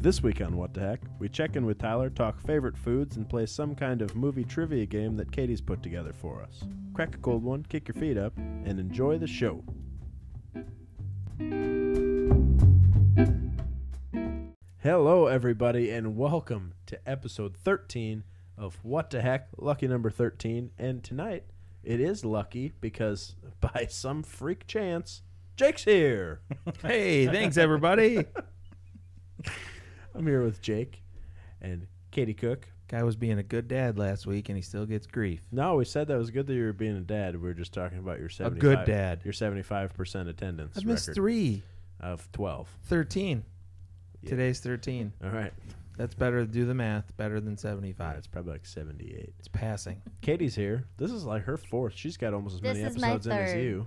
This week on What the Heck, we check in with Tyler, talk favorite foods, and play some kind of movie trivia game that Katie's put together for us. Crack a cold one, kick your feet up, and enjoy the show. Hello, everybody, and welcome to episode 13 of What the Heck, lucky number 13. And tonight, it is lucky because by some freak chance, Jake's here. Hey, thanks everybody. I'm here with Jake and Katie Cook. Guy was being a good dad last week, and he still gets grief. No, we said that was good that you were being a dad. We were just talking about your 75, good dad. your seventy-five percent attendance I've missed record three, of twelve. 13. Yeah. Today's 13. All right, That's better. Do the math. Better than all right, 75. it's probably like seventy-eight. It's passing. Katie's here. This is like her fourth. She's got almost as This many is my episodes in as third. you.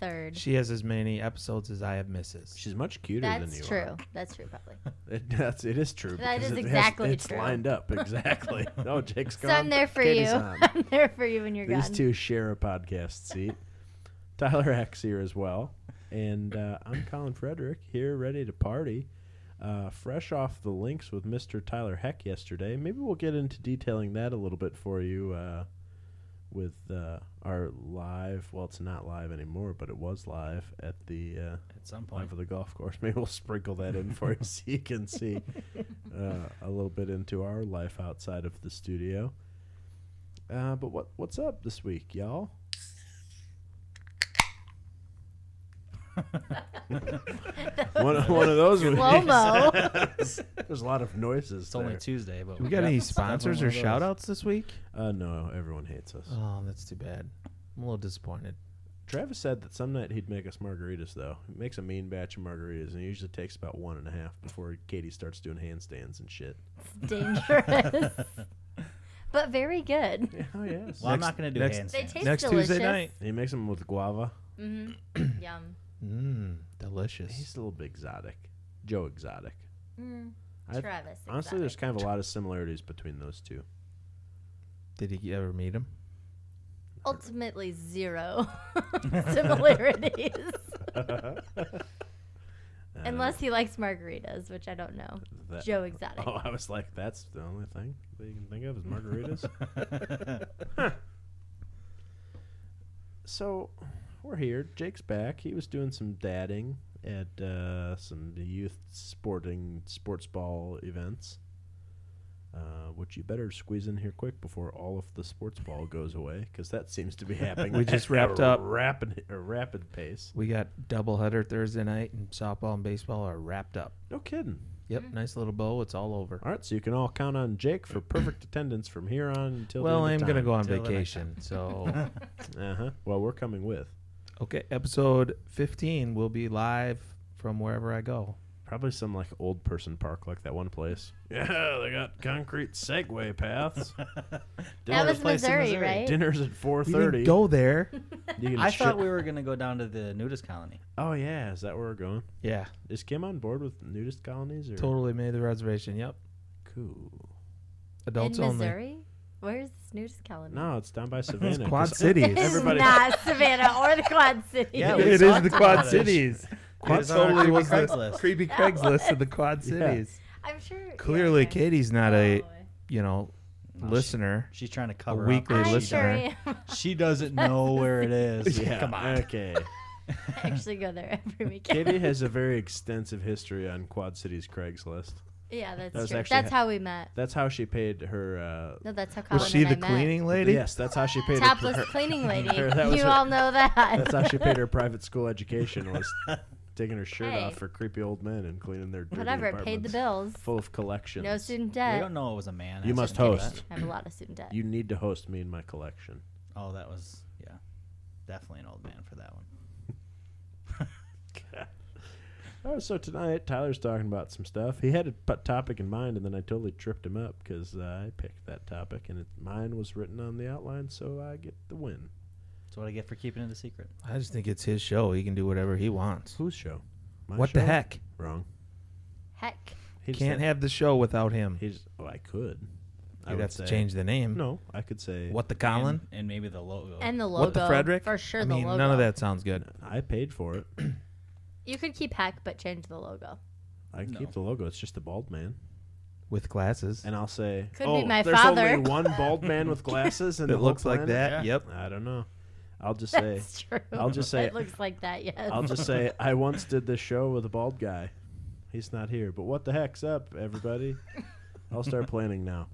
third. She has as many episodes as I have misses. She's much cuter than That's you true. are. That's true, probably. It, that's it is true. That because is it has- exactly it's true. lined up exactly. no, Jake's So gone. I'm there for Katie's you. on. I'm there for you when you're These gone. two share a podcast seat. Tyler Axe here as well. And uh, I'm Colin Frederick here, ready to party. Uh, fresh off the links with Mr. Tyler Heck yesterday. Maybe we'll get into detailing that a little bit for you uh, with uh, our live. Well, it's not live anymore, but it was live at the uh, At some live of the golf course. Maybe we'll sprinkle that in for you so you can see uh, a little bit into our life outside of the studio. Uh, but what what's up this week, y'all? one, one of those would Slow mo. There's a lot of noises. It's only there. Tuesday, but Do we got any sponsors or Definitely one shout of outs this week? Uh, no, everyone hates us. Uh. Oh, that's too bad. I'm a little disappointed. Travis said that some night he'd make us margaritas, though. He makes a mean batch of margaritas, and it usually takes about one and a half before Katie starts doing handstands and shit. Dangerous. but very good. Oh, yes. Well, I'm Next- not gonna do next- handstands. They taste Next delicious. Tuesday night. He makes them with guava. hmm Yum. Mmm, delicious. He's a little bit exotic. Joe Exotic. Mm. I- Travis. Honestly, there's kind of a lot of similarities between those two. Did he ever meet him? exactly. ultimately zero similarities, unless he likes margaritas, which I don't know. That- Joe Exotic. Oh, I was like, that's the only thing that you can think of is margaritas. so, we're here. Jake's back. He was doing some dadding at uh, some youth sporting sports ball events, uh, which you better squeeze in here quick before all of the sports ball goes away, because that seems to be happening. We just at wrapped a up. rapid, a rapid pace. We got doubleheader Thursday night, and softball and baseball are wrapped up. No kidding. Yep, nice little bow. It's all over. All right, so you can all count on Jake for perfect attendance from here on until. Well, I am going to go on Till the next vacation. So, Uh huh. Well, we're coming with okay, episode 15 will be live from wherever I go. probably some like old person park, like that one place. Yeah, they got concrete Segway paths. That was Place in Missouri, Missouri. right? Dinners at four We didn't thirty. go there. I thought we were gonna go down to the nudist colony. Oh yeah, is that where we're going? yeah, Is Kim on board with nudist colonies or totally made the reservation. Yep, cool? adults In only. Missouri, where's this nudist colony? No, it's down by Savannah. It's 'cause e- Quad It Cities. is Everybody- not Savannah or the Quad Cities. Yeah, we it is talked the about Quad it. Cities. It Quad is on our Cities creepy was the Craigslist. creepy Craigslist of the Quad Cities. I'm sure. Clearly, yeah, okay. Katie's not a Oh, you know No, she- listener. She's trying to cover up. weekly I listener. sure am. She doesn't know where it is. Yeah. Come on. Okay. I actually go there every weekend. Katie has a very extensive history on Quad Cities Craigslist. yeah, that's That was true. actually That's ha- how we met. That's how she paid her uh, No, that's how Colin Was she and I the met. cleaning lady? Yes, that's how she paid Topless her. cleaning lady. her- that was you her- all know that. That's how she paid her private school education was taking her shirt Hey. off for creepy old men and cleaning their dirty Whatever, it paid the apartments bills. Full of collections. No student We debt. don't know it was a man. You I must shouldn't do host. I have a lot of student debt. You need to host me in my collection. that. Oh, that was yeah, definitely an old man for that one. Oh, so tonight Tyler's talking about some stuff. He had a p- topic in mind, and then I totally tripped him up because uh, I picked that topic, and it, mine was written on the outline, so I get the win. That's what I get for keeping it a secret. I just think it's his show. He can do whatever he wants. Whose show? My What the show? heck? Wrong. Heck. He just Can't let- have the show without him. He just, oh, I could. I You'd would have to say- change the name. No, I could say. Mm. What the Colin? and, and maybe the logo. And the logo. What the Frederick? For sure I the mean, logo. none of that sounds good. I paid for it. You could keep heck, but change the logo. I can No. keep the logo. It's just the bald man. with glasses. And I'll say, Could be oh, my there's father." only one bald man with glasses, and it looks like that. Yeah. Yep. I don't know. I'll just say, That's true. I'll just say- it looks like that. Yes. I'll just say, I once did this show with a bald guy. He's not here, but what the heck's up, everybody? I'll start planning now.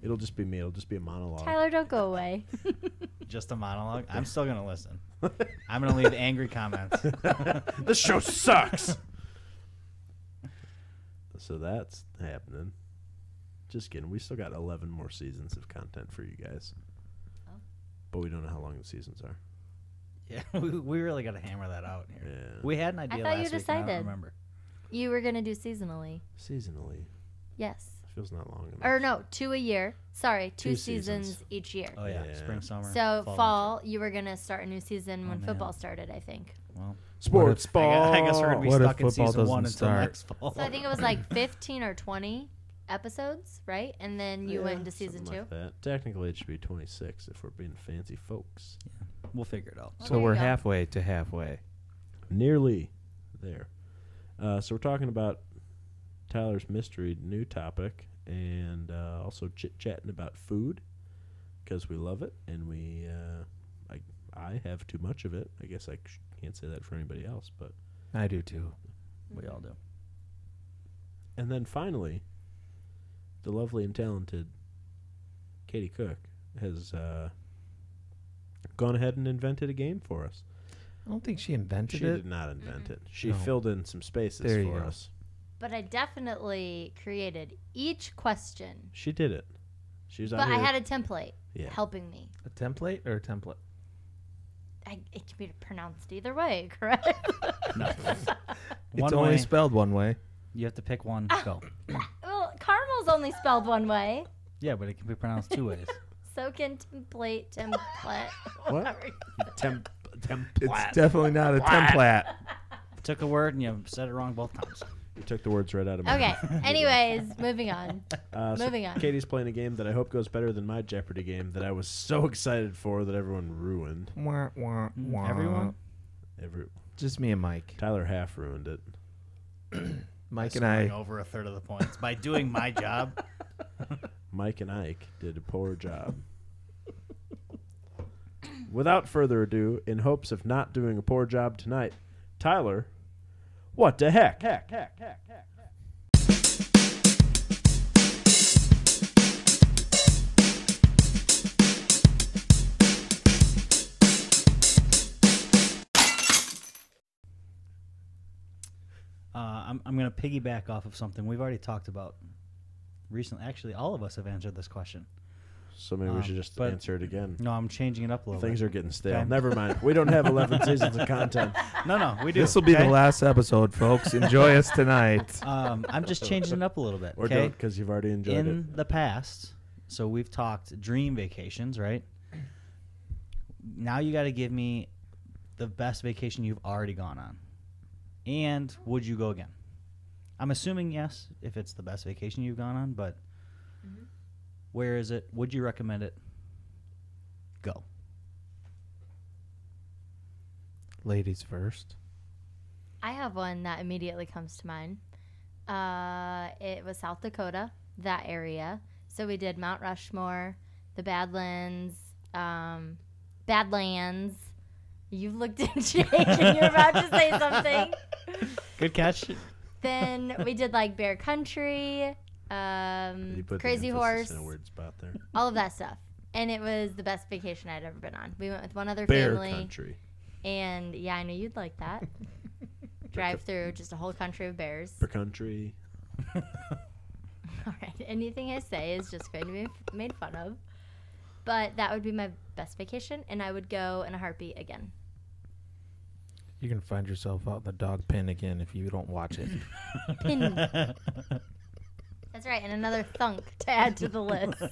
It'll just be me. It'll just be a monologue. Tyler, don't go away. Just a monologue. I'm still gonna listen. I'm gonna leave angry comments. this show sucks. so that's happening. Just kidding. We still got 11 more seasons of content for you guys. Oh. But we don't know how long the seasons are. Yeah, we, we really gotta hammer that out here. Yeah. We had an thought idea last you week. and I decided. don't remember. you were gonna do seasonally. Seasonally. Yes. Feels not long enough. Or no, two a year. Sorry, two, Two seasons. seasons. each year. Oh yeah, Yeah. spring, summer. so winter. fall, you were gonna start a new season Oh, when man. football started, I think. Well, Sports I ball. gu- I guess we're gonna be What if stuck in football season one doesn't until start? next fall. So I think it was like 15 or 20 episodes, right? And then you went Yeah, into season something two. like that. Technically, it should be 26 if we're being fancy folks. we'll figure it out. Well, so there you we're go. halfway to halfway. Nearly there. Uh, so we're talking about Tyler's mystery new topic and uh, also chit chatting about food because we love it and we, uh, I, I have too much of it. I guess I sh- can't say that for anybody else, but I do too. We all do. And then finally, the lovely and talented Katie Cook has uh, gone ahead and invented a game for us. I don't think she invented She it. did not invent it. She No. filled in some spaces There you for go. us. But I definitely created each question. She did it. She was But out I here. had a template yeah. helping me. A template or a template? I, it can be pronounced either way, correct? One it's only way. spelled one way. You have to pick one. Ah. Go. well, caramel's only spelled one way. Yeah, but it can be pronounced two ways. So can template, template. whatever. Temp, temp. It's definitely not a template. Took a word and you said it wrong both times. You took the words right out of my Okay. mouth. Anyways, moving on. Uh, so Moving on. Katie's playing a game that I hope goes better than my Jeopardy game that I was so excited for that everyone ruined. Wah, wah, wah. Everyone? Every Just me and Mike. Tyler half ruined it. Mike and I. over a third of the points by doing my job. Mike and Ike did a poor job. Without further ado, in hopes of not doing a poor job tonight, Tyler, what the heck? Heck, heck, heck, heck. Uh, I'm, I'm going to piggyback off of something we've already talked about recently. Actually, all of us have answered this question. So maybe Um, we should just but- answer it again. No, I'm changing it up a little Things bit. are getting stale. Okay. Never mind. We don't have 11 seasons of content. no, no, we do. This will be the okay? last episode, folks. Enjoy us tonight. Um, I'm just changing it up a little bit. Or okay? don't, because you've already enjoyed in the past, so we've talked dream vacations, right? Now you got to give me the best vacation you've already gone on, and would you go again? I'm assuming yes, if it's the best vacation you've gone on, but Mm-hmm. where is it? Would you recommend it? Go. Ladies first. I have one that immediately comes to mind. Uh, it was South Dakota, that area. So we did Mount Rushmore, the Badlands, um, Badlands. You've looked at Jake and you're about to say something. Good catch. Then we did like Bear Country, it. um, You put the Crazy emphasis Horse, In a weird spot there. all of that stuff. And it was the best vacation I'd ever been on. We went with one other Bear family. country. And yeah, I knew you'd like that. Drive through just a whole country of bears. Bear country. All right. Anything I say is just going to be f- made fun of. But that would be my best vacation, and I would go in a heartbeat again. You can find yourself out in the dog pen again if you don't watch it. Pin. That's right, and another thunk to add to the list.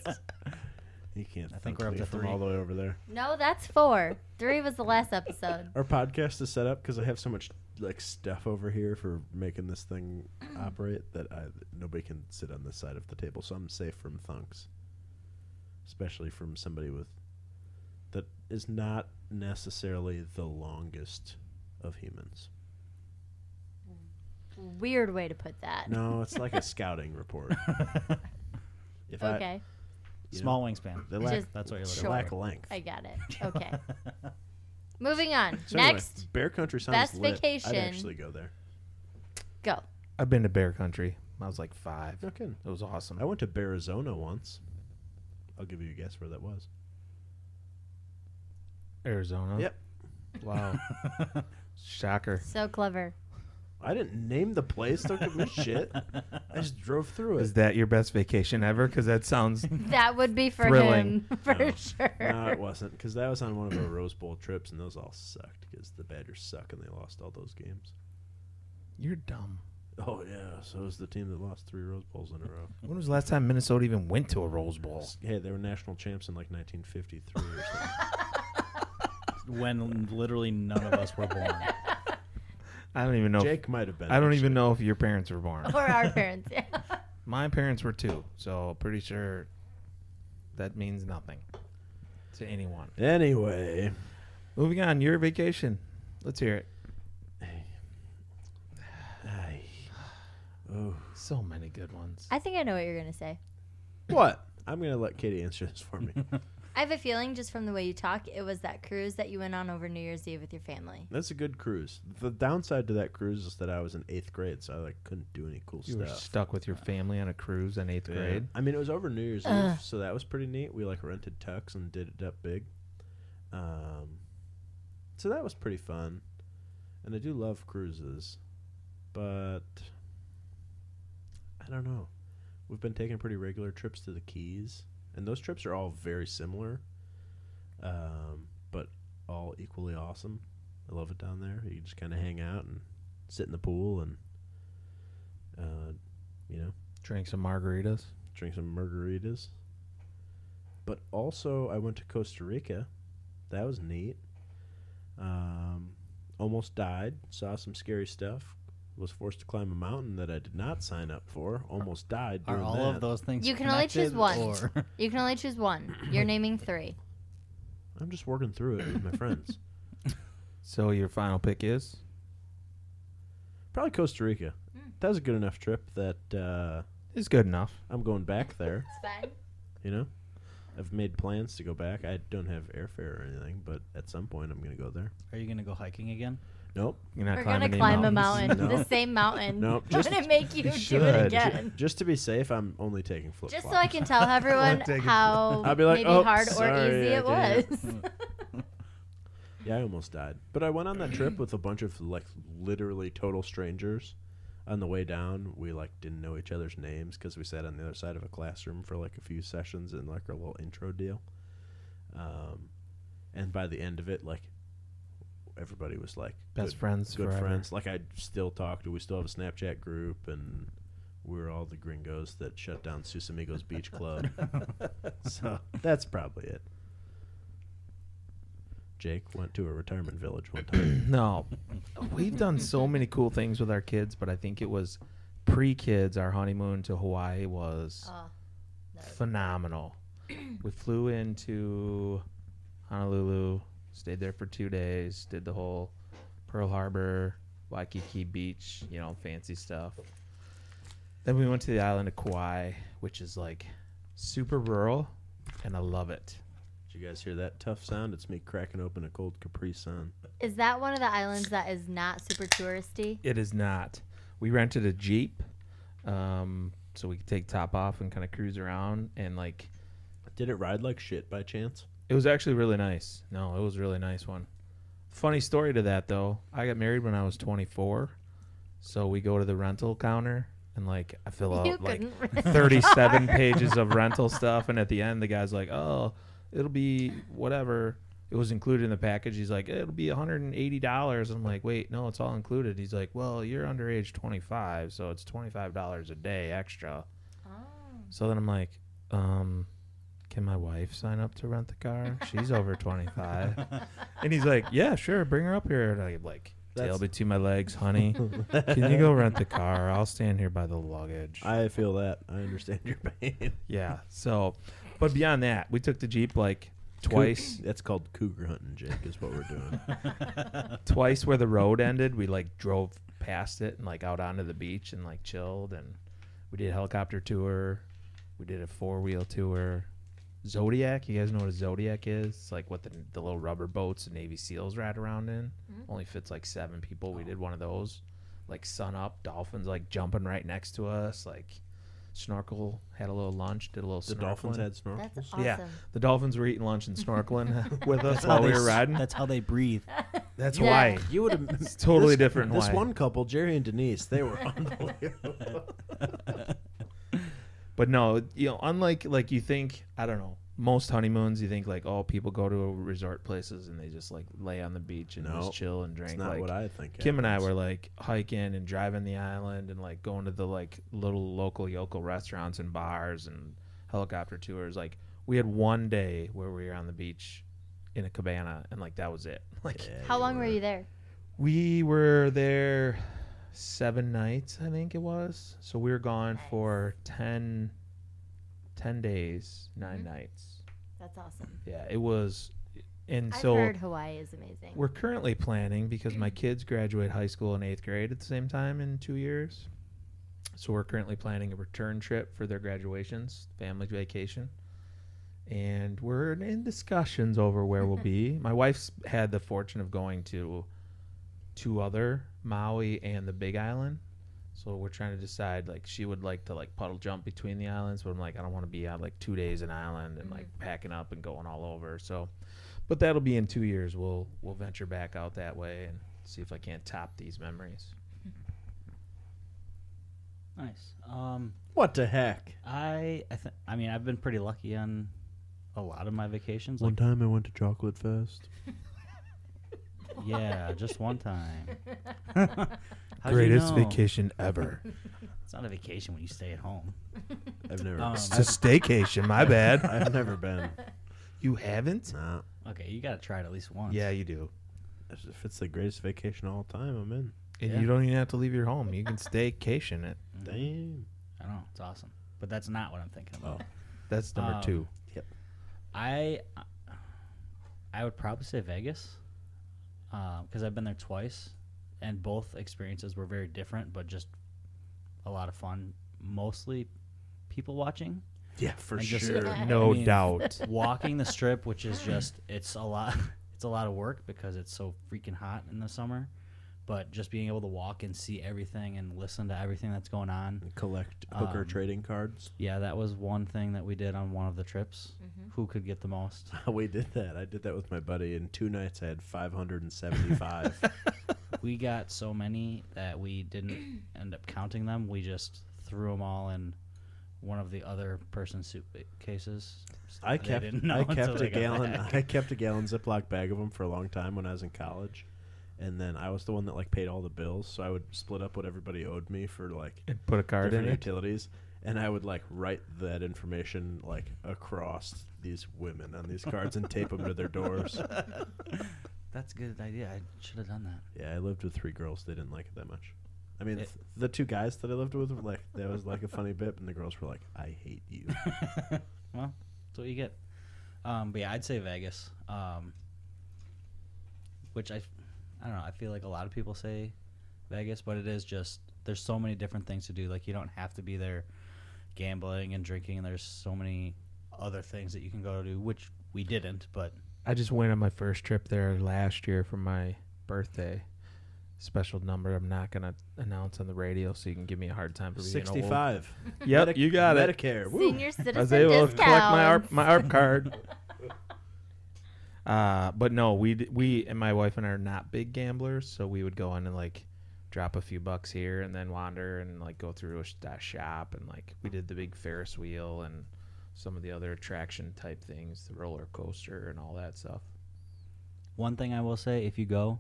You can't I think we're up leave to from three. all the way over there. No, that's four. Three was the last episode. Our podcast is set up because I have so much like stuff over here for making this thing operate that I, nobody can sit on this side of the table, so I'm safe from thunks, especially from somebody with that is not necessarily the longest of humans. weird way to put that. No, it's like a scouting report. If I, okay, you know, Small wingspan. they lack, Just That's what you're they looking short. lack for. length. I got it. Okay, moving on. So anyway, Next, Bear Country sounds best lit. vacation. I'd actually go there. go. I've been to Bear Country. I was like five. No kidding. It was awesome. I went to Arizona once. I'll give you a guess where that was. Arizona. Yep. Wow. Shocker. So clever. I didn't name the place. Don't give me shit. I just drove through it. Is that your best vacation ever? Because that sounds. That would be for Thrilling. him for No. sure. No, it wasn't because that was on one of our Rose Bowl trips, and those all sucked because the Badgers suck and they lost all those games. You're dumb. Oh yeah, so was the team that lost three Rose Bowls in a row. When was the last time Minnesota even went to a Rose Bowl? S- Hey, they were national champs in like 1953 or something. when literally none of us were born. I don't even know. if- Jake might have been. I don't actually. even know if your parents were born. or our parents. Yeah. My parents were too, so pretty sure that means nothing to anyone. Anyway, Moving on, your vacation. Let's hear it. Ay. oh. So many good ones. I think I know what you're gonna say. what? I'm gonna let Katie answer this for me. I have a feeling just from the way you talk, it was that cruise that you went on over New Year's Eve with your family. That's a good cruise. The downside to that cruise is that I was in eighth grade, so I like couldn't do any cool You were stuff. stuck with your family on a cruise in eighth Yeah. grade. I mean, it was over New Year's Ugh. Eve, so that was pretty neat. We like rented tux and did it up big. Um, so that was pretty fun, and I do love cruises, but I don't know. We've been taking pretty regular trips to the Keys, and those trips are all very similar, um, but all equally awesome. I love it down there. You just kind of hang out and sit in the pool and, uh, you know, Drank some margaritas. drink some margaritas. But also, I went to Costa Rica. That was neat. Um, almost died. Saw some scary stuff. Was forced to climb a mountain that I did not sign up for. Almost died doing Are all that. of those things? You can only choose connected, one. or- You can only choose one. You're naming three. I'm just working through it with my friends. So your final pick is Probably Costa Rica. Mm. That was a good enough trip that uh, is good enough. I'm going back there. It's fine. You know, I've made plans to go back. I don't have airfare or anything, but at some point I'm going to go there. Are you gonna go hiking again? Nope. You're not We're climbing gonna any climb mountains. a mountain. No. The same mountain. Nope, I'm just- gonna make you you, do it should. again. Just to be safe, I'm only taking flip Just so flops. I can tell everyone Take it. how I'll be like, maybe "Oh, hard or sorry, easy I it was. Yeah, I almost died. But I went on that trip with a bunch of like literally total strangers. On the way down, we like didn't know each other's names because we sat on the other side of a classroom for like a few sessions and like our little intro deal. Um, and by the end of it, like everybody was like Best good, friends good forever. friends. Like I still talk to. We still have a Snapchat group, and we are all the gringos that shut down Susamigos Beach Club. so that's probably it. Jake went to a retirement village one time. No. We've done so many cool things with our kids, but I think it was pre kids. Our honeymoon to Hawaii was Oh, that was- phenomenal. we flew into Honolulu, stayed there for two days, did the whole Pearl Harbor, Waikiki Beach, you know, fancy stuff. Then we went to the island of Kauai, which is like super rural, and I love it. Did you guys hear that tough sound? It's me cracking open a cold Capri Sun. Is that one of the islands that is not super touristy? It is not. We rented a jeep, um, so we could take top off and kind of cruise around, and like Did it ride like shit by chance? It was actually really nice. No, it was a really nice one. Funny story to that though. I got married when I was 24. So we go to the rental counter and like I fill you out like couldn't. really- 37 pages of rental stuff and at the end the guy's like, "Oh, it'll be whatever. It was included in the package." He's like, "It'll be $180." I'm like, "Wait, no, it's all included." He's like, "Well, you're under age 25, so it's $25 a day extra." Oh. So then I'm like, um, can my wife sign up to rent the car? She's over 25. And he's like, yeah, sure, bring her up here. And I like tail That's- between my legs, honey. Can you go rent the car? I'll stand here by the luggage. I feel that. I understand your pain. yeah. So, but beyond that, we took the jeep like twice. That's called cougar hunting, Jake, is what we're doing. twice where the road ended, we like drove past it and like out onto the beach and like chilled. And we did a helicopter tour. We did a four wheel tour. Zodiac, you guys know what a Zodiac is? It's like what the, the little rubber boats the Navy SEALs ride around in. Only fits like seven people. Oh. We did one of those. Like sun up, dolphins like jumping right next to us. Like snorkel, had a little lunch, did a little The snorkeling. dolphins had That's snorkels. awesome. Yeah, the dolphins were eating lunch and snorkeling with us That's how while we they were s- riding. That's how they breathe. That's Yeah. Hawaii. You would have It's totally different. in This Hawaii. one couple, Jerry and Denise, they were unbelievable. But no, you know, unlike like you think, I don't know, most honeymoons you think like, oh, people go to resort places and they just like lay on the beach and No, just chill and drink. That's not like, what I think. Kim and I happens. were like hiking and driving the island and like going to the like little local yokel restaurants and bars and helicopter tours. Like we had one day where we were on the beach in a cabana and like that was it. Like Yeah, How we long were you there? we were there seven nights, I think it was. So we were gone for 10, 10 days, 9 Mhm. nights. That's awesome. Yeah, it was. And I've so heard Hawaii is amazing. we're currently planning because my kids graduate high school in eighth grade at the same time in two years. So we're currently planning a return trip for their graduations, family vacation. And we're in discussions over where we'll be. My wife's had the fortune of going to two other Maui and the Big Island. So we're trying to decide like she would like to like puddle jump between the islands, but I'm like I don't want to be on like two days an island and like packing up and going all over. So but that'll be in two years. We'll we'll venture back out that way and see if I can't top these memories. Nice. Um, What the heck? I I, th- I mean I've been pretty lucky on a lot of my vacations. One Like time I went to Chocolate Fest. yeah, just one time. How'd you know? vacation ever. It's not a vacation when you stay at home. I've never. Um, a staycation. My bad. I've never been. You haven't? Nah. Okay, you gotta try it at least once. Yeah, you do. If it's the greatest vacation of all time, I'm in. And Yeah. you don't even have to leave your home. You can staycation it. Damn. I don't know. It's awesome, but that's not what I'm thinking about. That's number Um, two. I I would probably say Vegas because I've been there twice, and both experiences were very different, but just a lot of fun. Mostly people watching, Yeah, for And just- sure. I No mean- doubt. walking the strip, which is just it's a lot. It's a lot of work because it's so freaking hot in the summer, but just being able to walk and see everything and listen to everything that's going on. And collect hooker Um, trading cards. Yeah, that was one thing that we did on one of the trips. Who could get the most? we did that. I did that with my buddy. In two nights, I had 575. we got so many that we didn't end up counting them. We just threw them all in one of the other person's suitcases. I They kept didn't know I until kept they a got gallon back. I kept a gallon Ziploc bag of them for a long time when I was in college, and then I was the one that like paid all the bills, so I would split up what everybody owed me for like And put a card in different it. utilities, and I would like write that information like across these women on these cards and tape them to their doors. That's a good idea. I should have done that. Yeah, I lived with three girls. They didn't like it that much. I mean, th- the two guys that I lived with, were like, that was like a funny bit, and the girls were like, "I hate you." Well, that's what you get. Um, but yeah, I'd say Vegas. Um, which I, I don't know. I feel like a lot of people say Vegas, but it is just there's so many different things to do. Like you don't have to be there gambling and drinking. And there's so many other things that you can go to do, which we didn't. But I just went on my first trip there last year for my birthday. Special number I'm not gonna announce on the radio, so you can give me a hard time for being old. Sixty-five. Yep, you got it. Medicare. Woo. Senior citizen I was able discount. to collect my ARP, my ARP card. uh, but no, we d- we and my wife and I are not big gamblers, so we would go in and like drop a few bucks here and then wander and like go through a, sh- a shop and like we did the big Ferris wheel and some of the other attraction type things, the roller coaster and all that stuff. one thing I will say, if you go,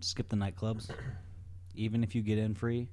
skip the nightclubs. Even if you get in free,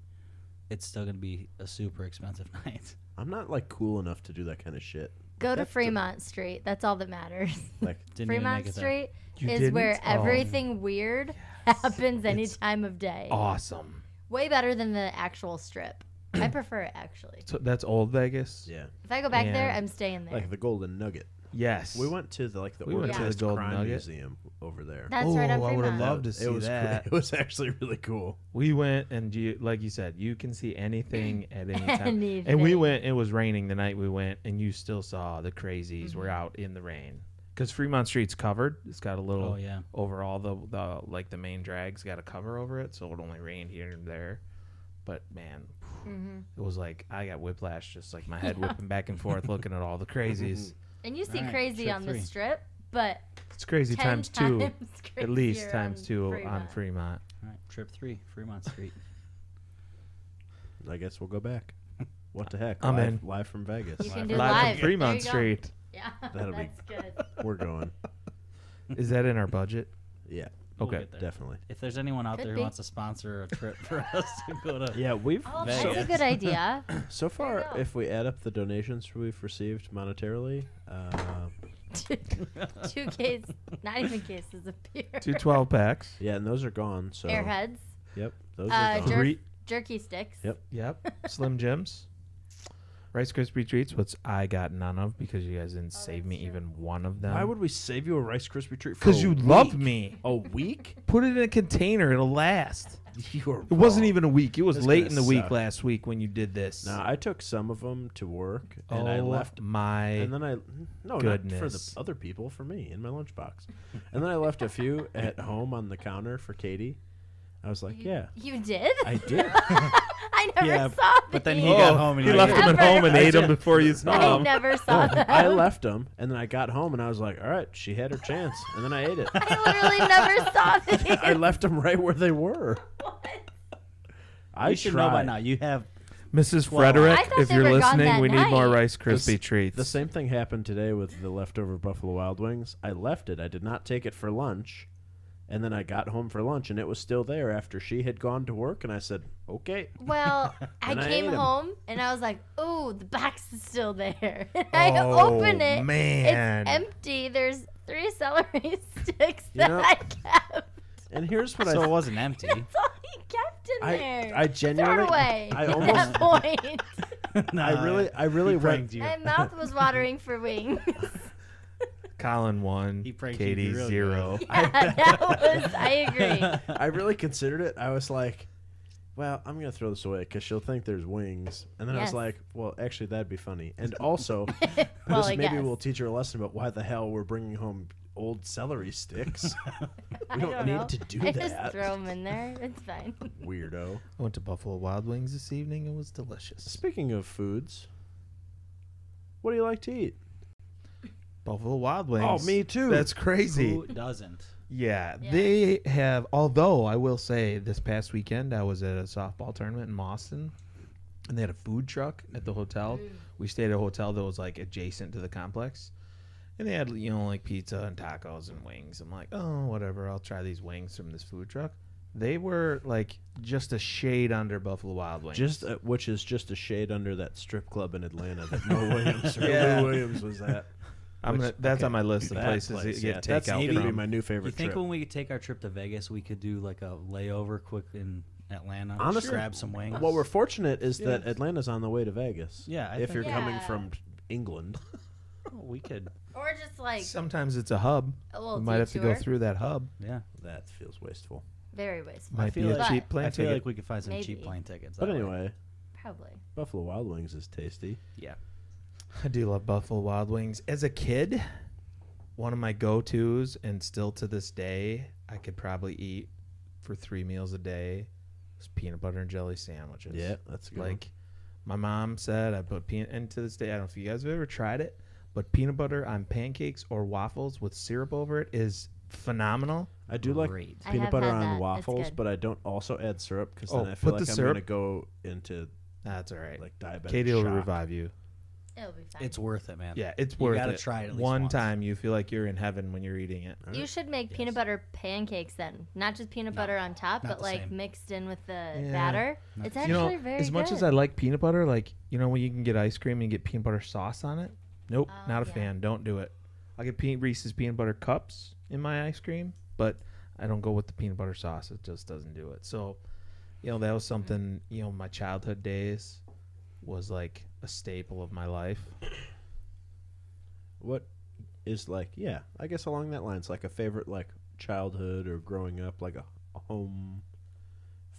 it's still gonna be a super expensive night. I'm not like cool enough to do that kind of shit. Go to That's the- Fremont Street. That's all that matters. Like Didn't even Fremont make it there. Street You is didn't? where Oh. everything weird happens any time of day. Awesome. Way better than the actual strip. I prefer it actually. So that's old Vegas. yeah, If I go back there, Yeah. I'm staying there. like the golden nugget. Yes. We went to the like the We went to the organized Golden crime Nugget. museum over there. That's right on Oh, I would've Fremont. loved- love to It see was, that. It was actually really cool. We went and you like you said, you can see anything at any time. Anything. and we went. It was raining the night we went, and you still saw the crazies Mm-hmm. were out in the rain because Fremont Street's covered. It's got a little Oh yeah. over all the the like the main drag's got a cover over it, so it only rained here and there. But man, Mhm. it was like I got whiplash, just like my head whipping back and forth looking at all the crazies. And you see Alright, crazy trip on three. the strip, but It's crazy 10 times two, at least crazier times two on Fremont. Fremont. All right. Trip three, Fremont Street. I guess we'll go back. What the heck? I'm live, in. live from Vegas. You can do Live, live. from There you Fremont go. Street. Yeah, That'll be- that's good. We're going. Is that in our budget? Yeah, We'll Okay. get there. definitely. If there's anyone out Could there be. who wants to sponsor a trip for us to go to, Yeah, we've Oh, Vegas. that's a good idea. so you far. go. If we add up the donations we've received monetarily, uh, Two cases, not even cases of beer. Two twelve packs. yeah, and those are gone. So Airheads, Yep, those Uh, are gone. Jer- Three. jerky sticks. Yep. Yep. Slim Jims. Rice Krispie treats, which I got none of because you guys Oh, didn't save me even one of them. Why would we save you a Rice Krispie treat? for Because a uh, you week? love me. a week. Put it in a container. It'll last. You are It wasn't wrong. even a week. It was This is late gonna in the week suck. last week when you did this. No, I took some of them to work, oh and I left, my. and then I no not for the goodness. other people, for me in my lunchbox, and then I left a few at home on the counter for Katie. I was like, You- yeah, You did? I did. I never Yeah, saw but then these. he got home and Oh, he he left ate them at it. home and I ate them did. before you saw I them. never saw No, them. Oh, I left them, and then I got home, and I was like, all right, she had her chance, and then I ate it. I literally never saw these. I left them right where they were. I you should know by tried. now. You have Mrs. Well, Frederick, I thought if they you're were gone listening, that we need more night. Rice The Krispie s- treats. The same thing happened today with the leftover Buffalo Wild Wings. I left it. I did not take it for lunch. And then I got home for lunch and it was still there after she had gone to work. And I said, okay. Well, I And I ate came 'em. home and I was like, "Oh, the box is still there." And I Oh, open it. Oh, man. It's empty. There's three celery sticks You that know- I kept. And here's what so it I. wasn't empty. That's all he kept in I, there. I genuinely, away I at almost, that point. Uh, I really, I really he went. pranked you. My mouth was watering for wings. Colin one, He pranked you Katie real good. zero. Yeah, that was. I agree. I really considered it. I was like, well, I'm gonna throw this away because she'll think there's wings. And then I was Yes. like, well, actually, that'd be funny. And also, well, this I maybe guess. will teach her a lesson about why the hell we're bringing home old celery sticks. I we don't, don't need know. to do I that. just throw them in there. It's fine. Weirdo. I went to Buffalo Wild Wings this evening. It was delicious. Speaking of foods, what do you like to eat? Buffalo Wild Wings. Oh, me too. That's crazy. Who doesn't? Yeah, Yeah. they have. Although I will say, this past weekend I was at a softball tournament in Boston, and they had a food truck at the hotel. We stayed at a hotel that was like adjacent to the complex, and they had you know like pizza and tacos and wings. I'm like, oh whatever, I'll try these wings from this food truck. They were like just a shade under Buffalo Wild Wings. Just uh, which is just a shade under that strip club in Atlanta that Mo Williams or Yeah. Lou Williams was at. I'm which- gonna, that's okay. on my list of That places place, to yeah, get that's takeout gonna maybe- be from. my new You favorite think trip. when we take our trip to Vegas, we could do like a layover quick in Atlanta? Honestly, grab some wings. what we're fortunate is that Yes. Atlanta's on the way to Vegas. Yeah, I if you're think- coming Yeah. from England, we could. Or just like Sometimes it's a hub. a We little might have to go detour. through that hub. Yeah, that feels wasteful. Very wasteful. Might be a feel like- cheap plane I feel ticket. like we could find some cheap Maybe. plane tickets. But that way. anyway, Probably. Buffalo Wild Wings is tasty. I do love Buffalo Wild Wings. As a kid, one of my go tos, and still to this day, I could probably eat for three meals a day was peanut butter and jelly sandwiches. Yeah, that's a good. Like my mom said, I put peanut, and to this day, I don't know if you guys have ever tried it, but peanut butter on pancakes or waffles with syrup over it is phenomenal. one. I do like Great. I peanut have butter had on that. It's waffles, good. but I don't also add syrup because Oh, then I feel put like the I'm gonna syrup- go into That's all right. like diabetic. Katie will shock. revive you. It'll be fine. it's worth it, man. Yeah, it's You worth gotta it. try it at least one once. time. You feel like you're in heaven when you're eating it. you should make peanut butter pancakes then, not just peanut No, butter on top, not but the like same. mixed in with the Yeah. batter. It's you actually know, very as much good. as I like peanut butter, like you know when you can get ice cream and get peanut butter sauce on it. Nope, Oh, not a yeah. fan. Don't do it. I get pe- Reese's peanut butter cups in my ice cream, but I don't go with the peanut butter sauce. It just doesn't do it. So, you know, that was something. You know, my childhood days was like a staple of my life. What is like yeah, I guess along that lines, like a favorite like childhood or growing up, like a, a home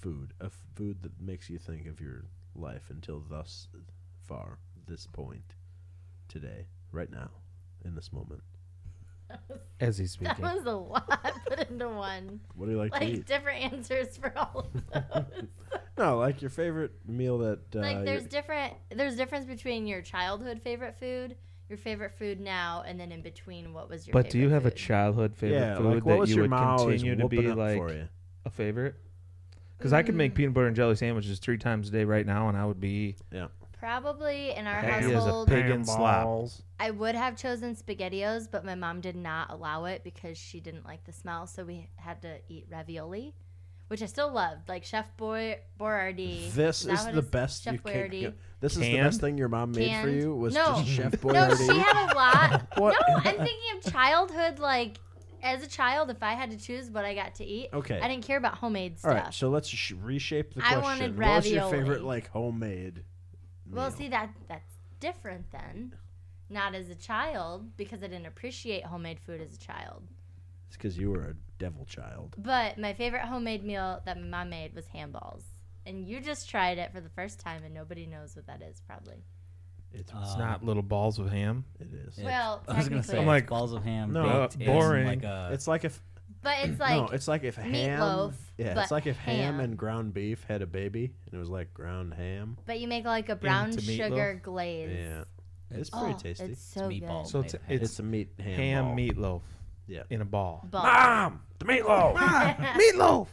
food, a f- food that makes you think of your life until thus far, this point, today, right now, in this moment. As he's That speaking. was a lot put into one. What do you like, to Like eat? different answers for all of those. No, like your favorite meal that uh, like there's your- different there's difference between your childhood favorite food, your favorite food now, and then in between what was your. but do you favorite have a food. childhood favorite yeah, food like, what that was you your would mom always continue to whooping be up like for you? a favorite? Because I could Mm. make peanut butter and jelly sandwiches three times a day right now, and I would be Probably in our happy as a household, pig in slop. I would have chosen spaghettios, but my mom did not allow it because she didn't like the smell, so we had to eat ravioli, which I still loved, like Chef Boy- Borardi. This that is what the it's- best Chef you can. Boyardee. This is the Canned? best thing your mom made for Canned? you was No. just Chef No, Boyardee. she had a lot. What? No, I'm thinking of childhood, like as a child, if I had to choose what I got to eat, Okay. I didn't care about homemade All stuff. right, so let's sh- reshape the I question. wanted what was your favorite ravioli. like homemade? Well, meal? see that that's different then. Not as a child because I didn't appreciate homemade food as a child. it's because you were a devil child. But my favorite homemade meal that my mom made was ham balls. And you just tried it for the first time and nobody knows what that is probably. It's, It's Um, not little balls of ham. it is. Yeah. Well, I was gonna technically. say I'm like, it's balls of ham. no, baked uh, in boring. Like a, It's like if But it's like no, it's like if ham. meatloaf, yeah, but it's like if ham. ham. and ground beef had a baby, and it was like ground ham. but you make like a brown Into meatloaf? sugar glaze. Yeah, it's Oh, pretty tasty. It's It's, so meatballs. good. So it's Maybe. it's, a meat ham. ham ball. meatloaf. Yeah. In a ball. Ball. Mom, the meatloaf. Ah, meatloaf.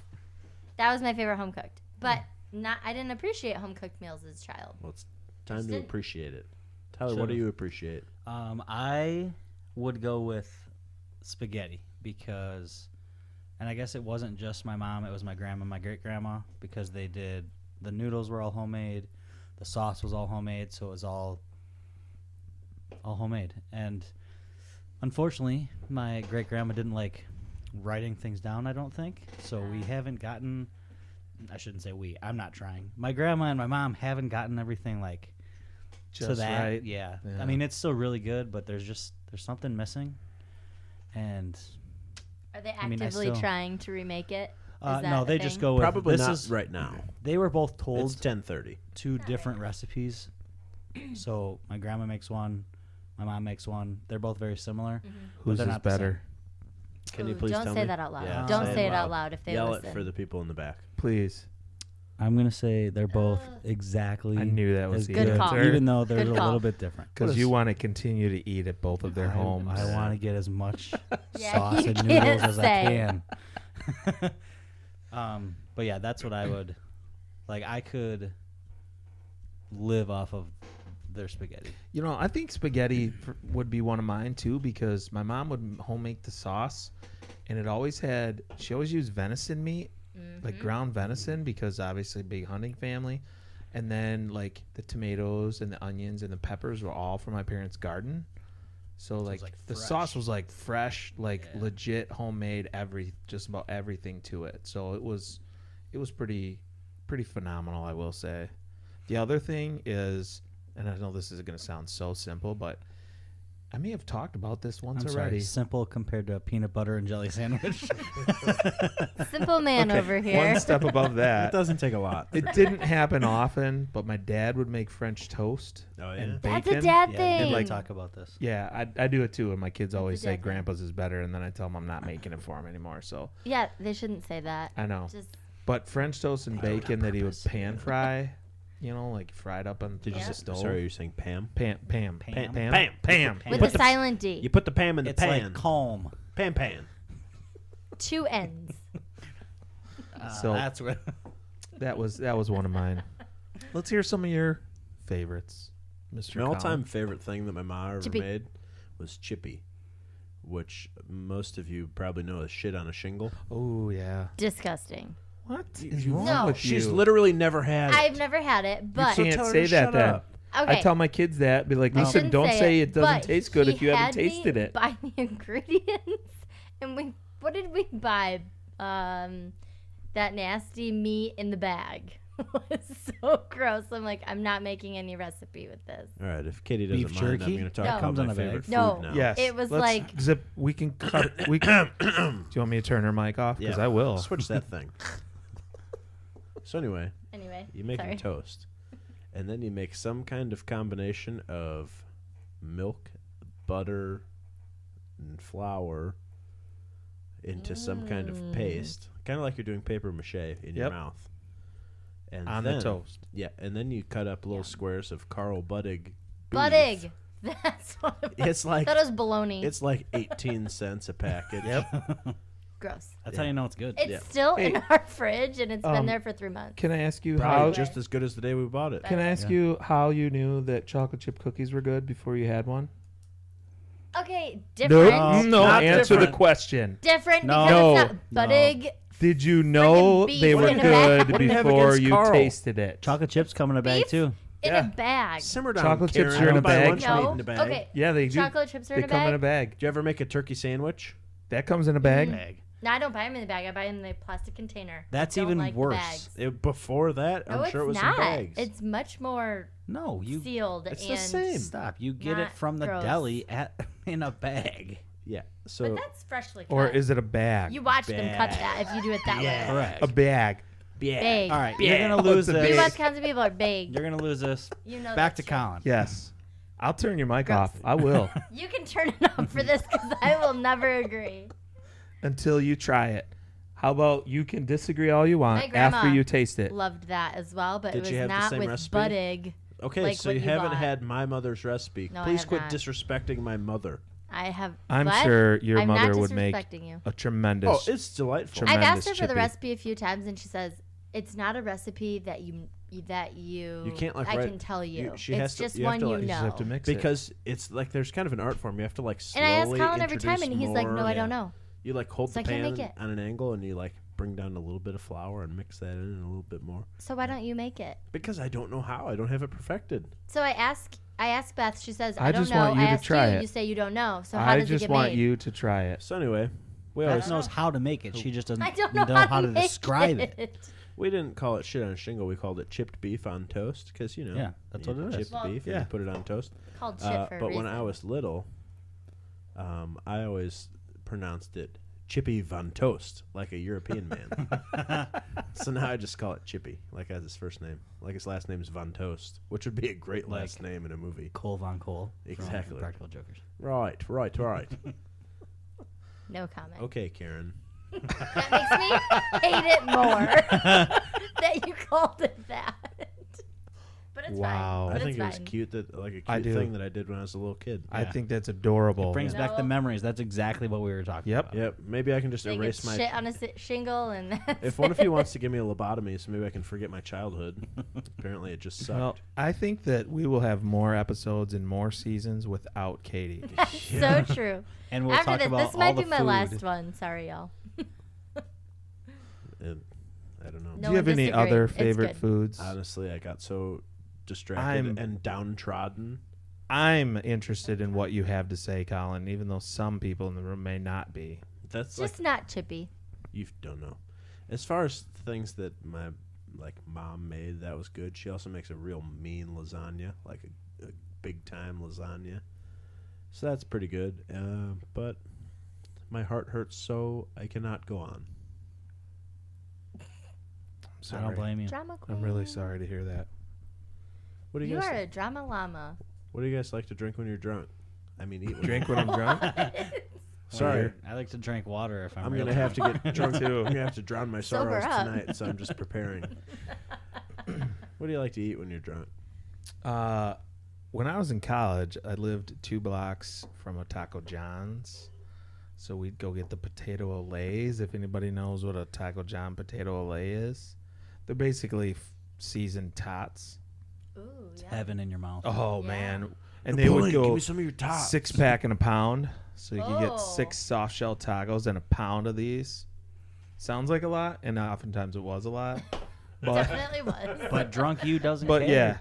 That was my favorite home cooked. But Mm. not I didn't appreciate home cooked meals as a child. Well, it's time to Just- appreciate it. Tyler, what Should've. do you appreciate? Um, I would go with spaghetti because, and I guess it wasn't just my mom; it was my grandma, and my great grandma, because they did the noodles were all homemade, the sauce was all homemade, so it was all all homemade. And unfortunately, my great grandma didn't like writing things down. I don't think so. We Ah. haven't gotten. I shouldn't say we. I'm not trying. My grandma and my mom haven't gotten everything like Just to that. right. Yeah. Yeah. I mean, it's still really good, but there's just there's something missing. And Are they mean, I actively still- trying to remake it? uh, that no, a they just thing? go with Probably this not is right now. they were both told It's ten thirty. two different recipes. So my grandma makes one, my mom makes one. They're both very similar. Who's they're is not the same. better? Can you Ooh, please don't tell say me? that out loud. Yeah, don't say it say it out loud if they Yell listen. it for the people in the back. Please. I'm gonna say they're both Ugh. exactly I knew that was as the good, Good call. even answer. though they're Good a call. little bit different. Because you want to continue to eat at both of their I- homes. I want to get as much Yeah, sauce you and noodles can't as say. I can. um, but yeah, that's what I would like. I could live off of their spaghetti. You know, I think spaghetti f- would be one of mine too because my mom would m- home make the sauce, and it always had. She always used venison meat, Mm-hmm. like ground venison, because obviously big hunting family, and then like the tomatoes and the onions and the peppers were all from my parents' garden. So like, it's, like, the fresh. sauce was like fresh, like Yeah. legit homemade. Every just about everything to it. So it was, it was pretty, pretty phenomenal. I will say. The other thing is, and I know this is going to sound so simple, but I may have talked about this once I'm sorry, already. simple compared to a peanut butter and jelly sandwich. Simple man Okay, over here. One step above That that. doesn't take a lot. it didn't happen often, but my dad would make French toast Oh, yeah? and bacon. That's a dad yeah, thing. we like- talk about this. Yeah, I, I do it too, and my kids always a say dad thing. grandpa's is better, and then I tell them I'm not making it for him anymore. So yeah, they shouldn't say that. I know, Just but French toast and They do it on bacon that he would purpose. pan fry, you know, like fried up on, Did on you the say, stove. sorry? You're saying Pam? Pam, Pam, Pam? Pam, Pam. Pam. Pam. with put a the- silent D. You put the Pam in the It's pan. like calm. Pam, Pam. Two ends. Uh, So- that's where. That was that was one of mine. Let's hear some of your favorites, Mr. My Colin. all-time favorite thing that my mom ever Chippy. made was chippy, which most of you probably know is shit on a shingle. Oh yeah. Disgusting. What You- is you- wrong No. with you? She's literally never had it. I've never had it, but So can't tell her say to that shut then. up. okay. I tell my kids that. Be like, I listen, shouldn't don't say it, doesn't but taste good if he you haven't had me tasted it. Buy the ingredients, and we what did we buy? Um, that nasty meat in the bag. was so gross. I'm like, I'm not making any recipe with this. All right, if Katie doesn't Beef mind, I'm jerky? going to talk No. about Comes my on a bag. favorite No. food now. Yes. It was let's like- zip. We can cut. We can. do you want me to turn her mic off? Because I will. Switch that thing. so anyway, Anyway, you make sorry. a toast, and then you make some kind of combination of milk, butter, and flour into some kind of Mm. paste, kind of like you're doing paper mache in your Yep. mouth. And On then, the toast. Yeah, and then you cut up little squares of Carl Buttig. beef. Buttig. That's what it was. It's like that was baloney. it's like 18 cents a package. Yep. gross. That's how you know it's good. It's Yeah. still in Hey, our fridge and it's um, been there for three months. Can I ask you Probably how? just as good as the day we bought it. Can can I ask Yeah. you how you knew that chocolate chip cookies were good before you had one? Okay, different. No. not Answer different. the question. Different No. because it's No. not Buttig. Did you know beef they were in a bag. good What do you have before against you Carl? tasted it? Chocolate chips come in a bag Beef? too. In Yeah. a bag. Simmer down. Chocolate Karen. chips are in Don't a buy bag? lunch meat No. in a bag. Okay. Yeah, they do. Chocolate chips are they in a come bag. Mm-hmm. in a bag. Did you ever make a turkey sandwich? That comes in a bag. Bag. No, I don't buy them in the bag. I buy them in the plastic container. That's Don't even like the worse. bags. It, before that, no, I'm sure it was it's not. in bags. It's much more No, you sealed It's the and same. stop. You get it Not from the gross. deli at in a bag. yeah. But So that's freshly cut. Or is it a bag? you watch them cut Bag. that if you do it that way. Correct. a bag. Bag. All right, Yeah. you're gonna Oh, lose it's a You big- this. Wisconsin people are big. You're gonna lose this. You know Back to that's Colin. Yes. I'll turn your mic Gross. off. I will. true. You can turn it off for this because I will never agree. Until you try it. How about you can disagree all you want grandma after you taste it? Loved that as well, but Did it was you have the not same with recipe? Buttig. okay, like so what you you haven't bought. had my mother's recipe. No, I Please have quit not. disrespecting my mother. I have. I'm what? sure your I'm mother not would make disrespecting you. a tremendous. Oh, it's delightful. Trem- I've tremendous asked her for the chippy. recipe a few times, and she says it's not a recipe that you that you You can't, like, I write- can tell you. you- she it's has to- just you have one to, like- you you just know. have to mix it. because it's like there's kind of an art form. You have to like and slowly I ask Colin every introduce time, and he's like, more- "No, I don't know." You like hold So the I can't pan make it. on an angle and you like bring down a little bit of flour and mix that in and a little bit more. So why don't you make it? Because I don't know how. I don't have it perfected. So I ask. I ask Beth. She says, I "I, don't just know." want you I to asked try you, it. and you say you don't know. So how I does just it get want made? you to try it. So anyway, we Beth always knows how to make it. She just doesn't I don't know, know, how to make describe it. we didn't call it shit on a shingle. We called it chipped beef on toast because you know Yeah, that's you what it is. chipped Well- beef and Yeah. you put it on toast. Called shit Uh, for a but when reason. I was little, um, I always pronounced it Chippy von Toast, like a European man. so now I just call it Chippy, like as his first name. Like his last name is von Toast, which would be a great last name in a movie. Cole von Cole. from Exactly. Practical Jokers. Right, right, right. no comment. okay, Karen. That makes me hate it more that you called it that. But it's Wow. fine. I But think it's it was fine. cute that like a I cute do. thing that I did when I was a little kid. I Yeah. think that's adorable. Brings Yeah. back the No. memories. That's exactly what we were talking Yep. about. Yep. Maybe I can just Think erase it's my shit on a si- shingle and that's If one of you it. wants to give me a lobotomy, so maybe I can forget my childhood. Apparently, it just sucked. Well, I think that we will have more episodes and more seasons without Katie. That's so true. And we'll After talk this, about this all might the be my food. last one. Sorry, y'all. And I don't know. No Do you have one any disagreed. other It's favorite good. foods? Honestly, I got so distracted I'm- and downtrodden. I'm interested in what you have to say, Colin, even though some people in the room may not be. That's Just like not chippy. you don't know. As far as things that my like mom made that was good, she also makes a real mean lasagna, like a, a big time lasagna. So that's pretty good. Uh, but my heart hurts, so I cannot go on. I'm I sorry. don't blame you. Drama queen. I'm really sorry to hear that. What do you, You guys? are a drama llama. What do you guys like to drink when you're drunk? I mean, eat when Drink when I'm drunk? Sorry, I like to drink water if I'm, I'm real gonna have to get drunk. too. I'm gonna have to drown my Sober sorrows up. tonight, so I'm just preparing. what do you like to eat when you're drunk? Uh, when I was in college, I lived two blocks from a Taco John's. So we'd go get the potato olays. If anybody knows what a Taco John potato olay is, they're basically f- seasoned tots. Ooh, yeah. heaven in your mouth. Oh Yeah. man! And they would give go me some of your tops. six pack and a pound, so you could Oh. get six soft shell tacos and a pound of these. Sounds like a lot, and oftentimes it was a lot. But Definitely was. But drunk you doesn't But care. yeah,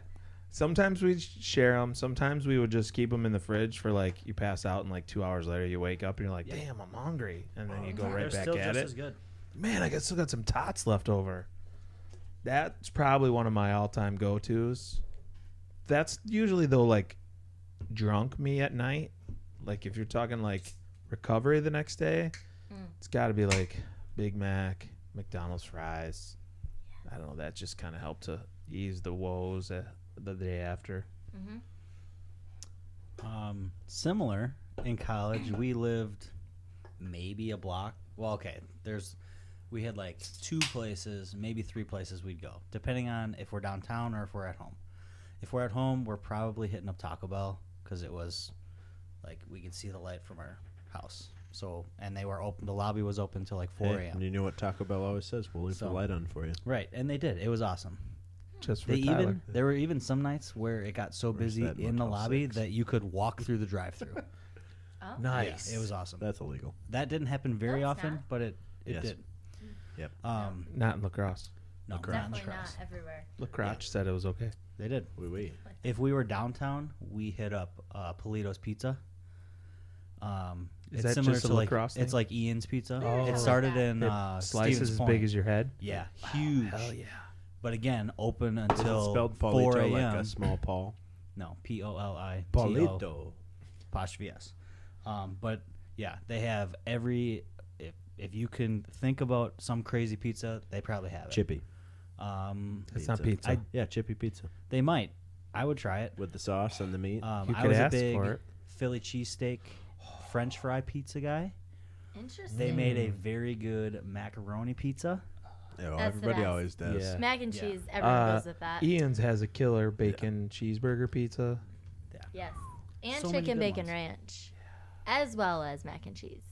sometimes we share them. Sometimes we would just keep them in the fridge for like you pass out and like two hours later you wake up and you're like, damn, I'm hungry, and then you go Oh, They're right back still at just it. as good. Man, I got still got some tots left over. that's probably one of my all-time go-tos. That's usually though like drunk me at night. Like if you're talking like recovery the next day, Mm. it's got to be like Big Mac, McDonald's fries. I don't know. That just kind of helped to ease the woes uh, the day after. Mm-hmm. Um, similar in college, we lived maybe a block. Well, okay, there's we had like two places, maybe three places we'd go, depending on if we're downtown or if we're at home. If we're at home, we're probably hitting up Taco Bell because it was like we could see the light from our house. So, and they were open. The lobby was open till like 4 Hey, a.m. and you know what Taco Bell always says? We'll leave So- the light on for you. Right, and they did. It was awesome. Just for They Tyler. even there were even some nights where it got so Where's busy that in the Motel lobby Six? that you could walk through the drive-through. Oh. nice. it was awesome. That's illegal. That didn't happen very No, it's often, not. but it it Yes. did. Mm. Yep. Um, not in lacrosse. no, Lacrosse. not in Definitely lacrosse. not everywhere. Lacrosse said it was okay. They did. We we. If we were downtown, we hit up uh, Polito's Pizza. Um, Is it's that similar just a to like lacrosse thing? it's like Ian's Pizza. Yeah, Oh. I it like started that. in It uh, slices Stevens as Point. big as your head. yeah, huge. Hell yeah. But again, open Is it until spelled four Paulito a.m. like a small Paul? No, P O L I T O. Paulito. apostrophe s. Um, but yeah, they have every if if you can think about some crazy pizza, they probably have it. Chippy. Um, That's not pizza. I- Yeah, chippy pizza. they might. I would try it. With the sauce and the meat. Um, You I could was ask a big for it. Philly cheesesteak, French fry pizza guy. Interesting. They made Mm. a very good macaroni pizza. Oh, the everybody best. always does. Yeah. mac and Yeah. cheese. Everyone Uh, goes with that. Ian's has a killer bacon cheeseburger pizza. yes, and So many chicken good bacon ones. ranch, as well as mac and cheese.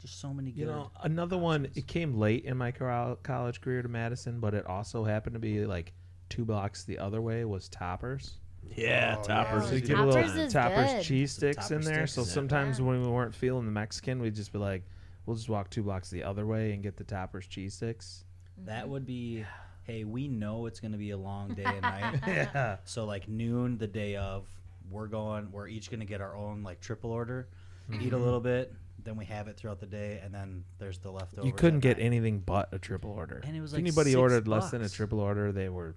Just so many good. You know, another one. It came late in my cor- college career to Madison, but it also happened to be like two blocks the other way was Toppers. Yeah, Oh, toppers. yeah. So you is get a good. little Toppers is Toppers good. cheese sticks Topper in there. sticks. So Yeah. sometimes Yeah. when we weren't feeling the Mexican, we'd just be like, "We'll just walk two blocks the other way and get the Toppers cheese sticks." that would be. Hey, we know it's going to be a long day and night. Uh-huh. Yeah. So like noon the day of, we're going. We're each gonna get our own like triple order, eat a Mm-hmm. little bit, then we have it throughout the day, and then there's the leftovers. You couldn't at get night. anything but a triple order. And it was if like anybody six ordered less than a bucks. triple order, they were.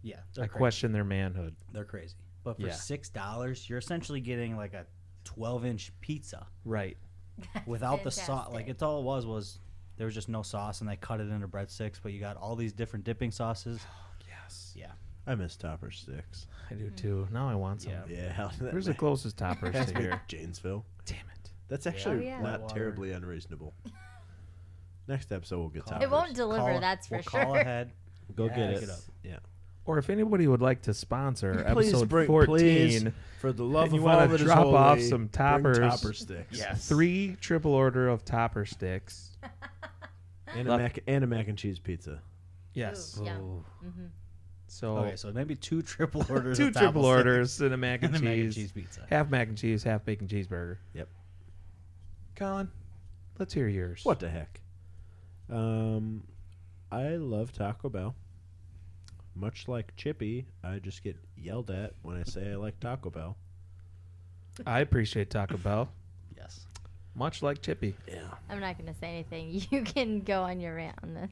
Yeah, I they're crazy. questioned their manhood. They're crazy. But for Yeah. six dollars, you're essentially getting like a twelve inch pizza Right. without the sauce. fantastic. Like it's all it was was there was just no sauce, and they cut it into breadsticks. But you got all these different dipping sauces. Yes. Yeah, I miss topper sticks. I Hmm. do too. Now I want some. Yeah. Yeah. Where's the closest Toppers That's to big here? Janesville. Damn it. That's actually yeah. not Whitewater. terribly unreasonable. Next episode we'll get Call toppers. It won't deliver. Call- that's for we'll sure. Call ahead. Go get Yes. it. Pick it up. Yeah. Or if anybody would like to sponsor Please episode bring- 14, please, for the love And you of wanna all that is drop off holy, some bring toppers. topper sticks. three triple order of topper sticks. And a, Love- mac, and a mac and cheese pizza. Yes. Ooh. Yeah. Ooh. Mm-hmm. So Okay, so maybe two triple orders. Oh. two of topple triple sticks orders and a mac and, and a cheese, mac and cheese pizza. Half mac and cheese, half bacon cheeseburger. Yep. Colin, let's hear yours. What the heck? Um, I love Taco Bell. Much like Chippy, I just get yelled at when I say I like Taco Bell. I appreciate Taco Bell, Yes. much like Chippy. Yeah. I'm not gonna say anything. You can go on your rant on this.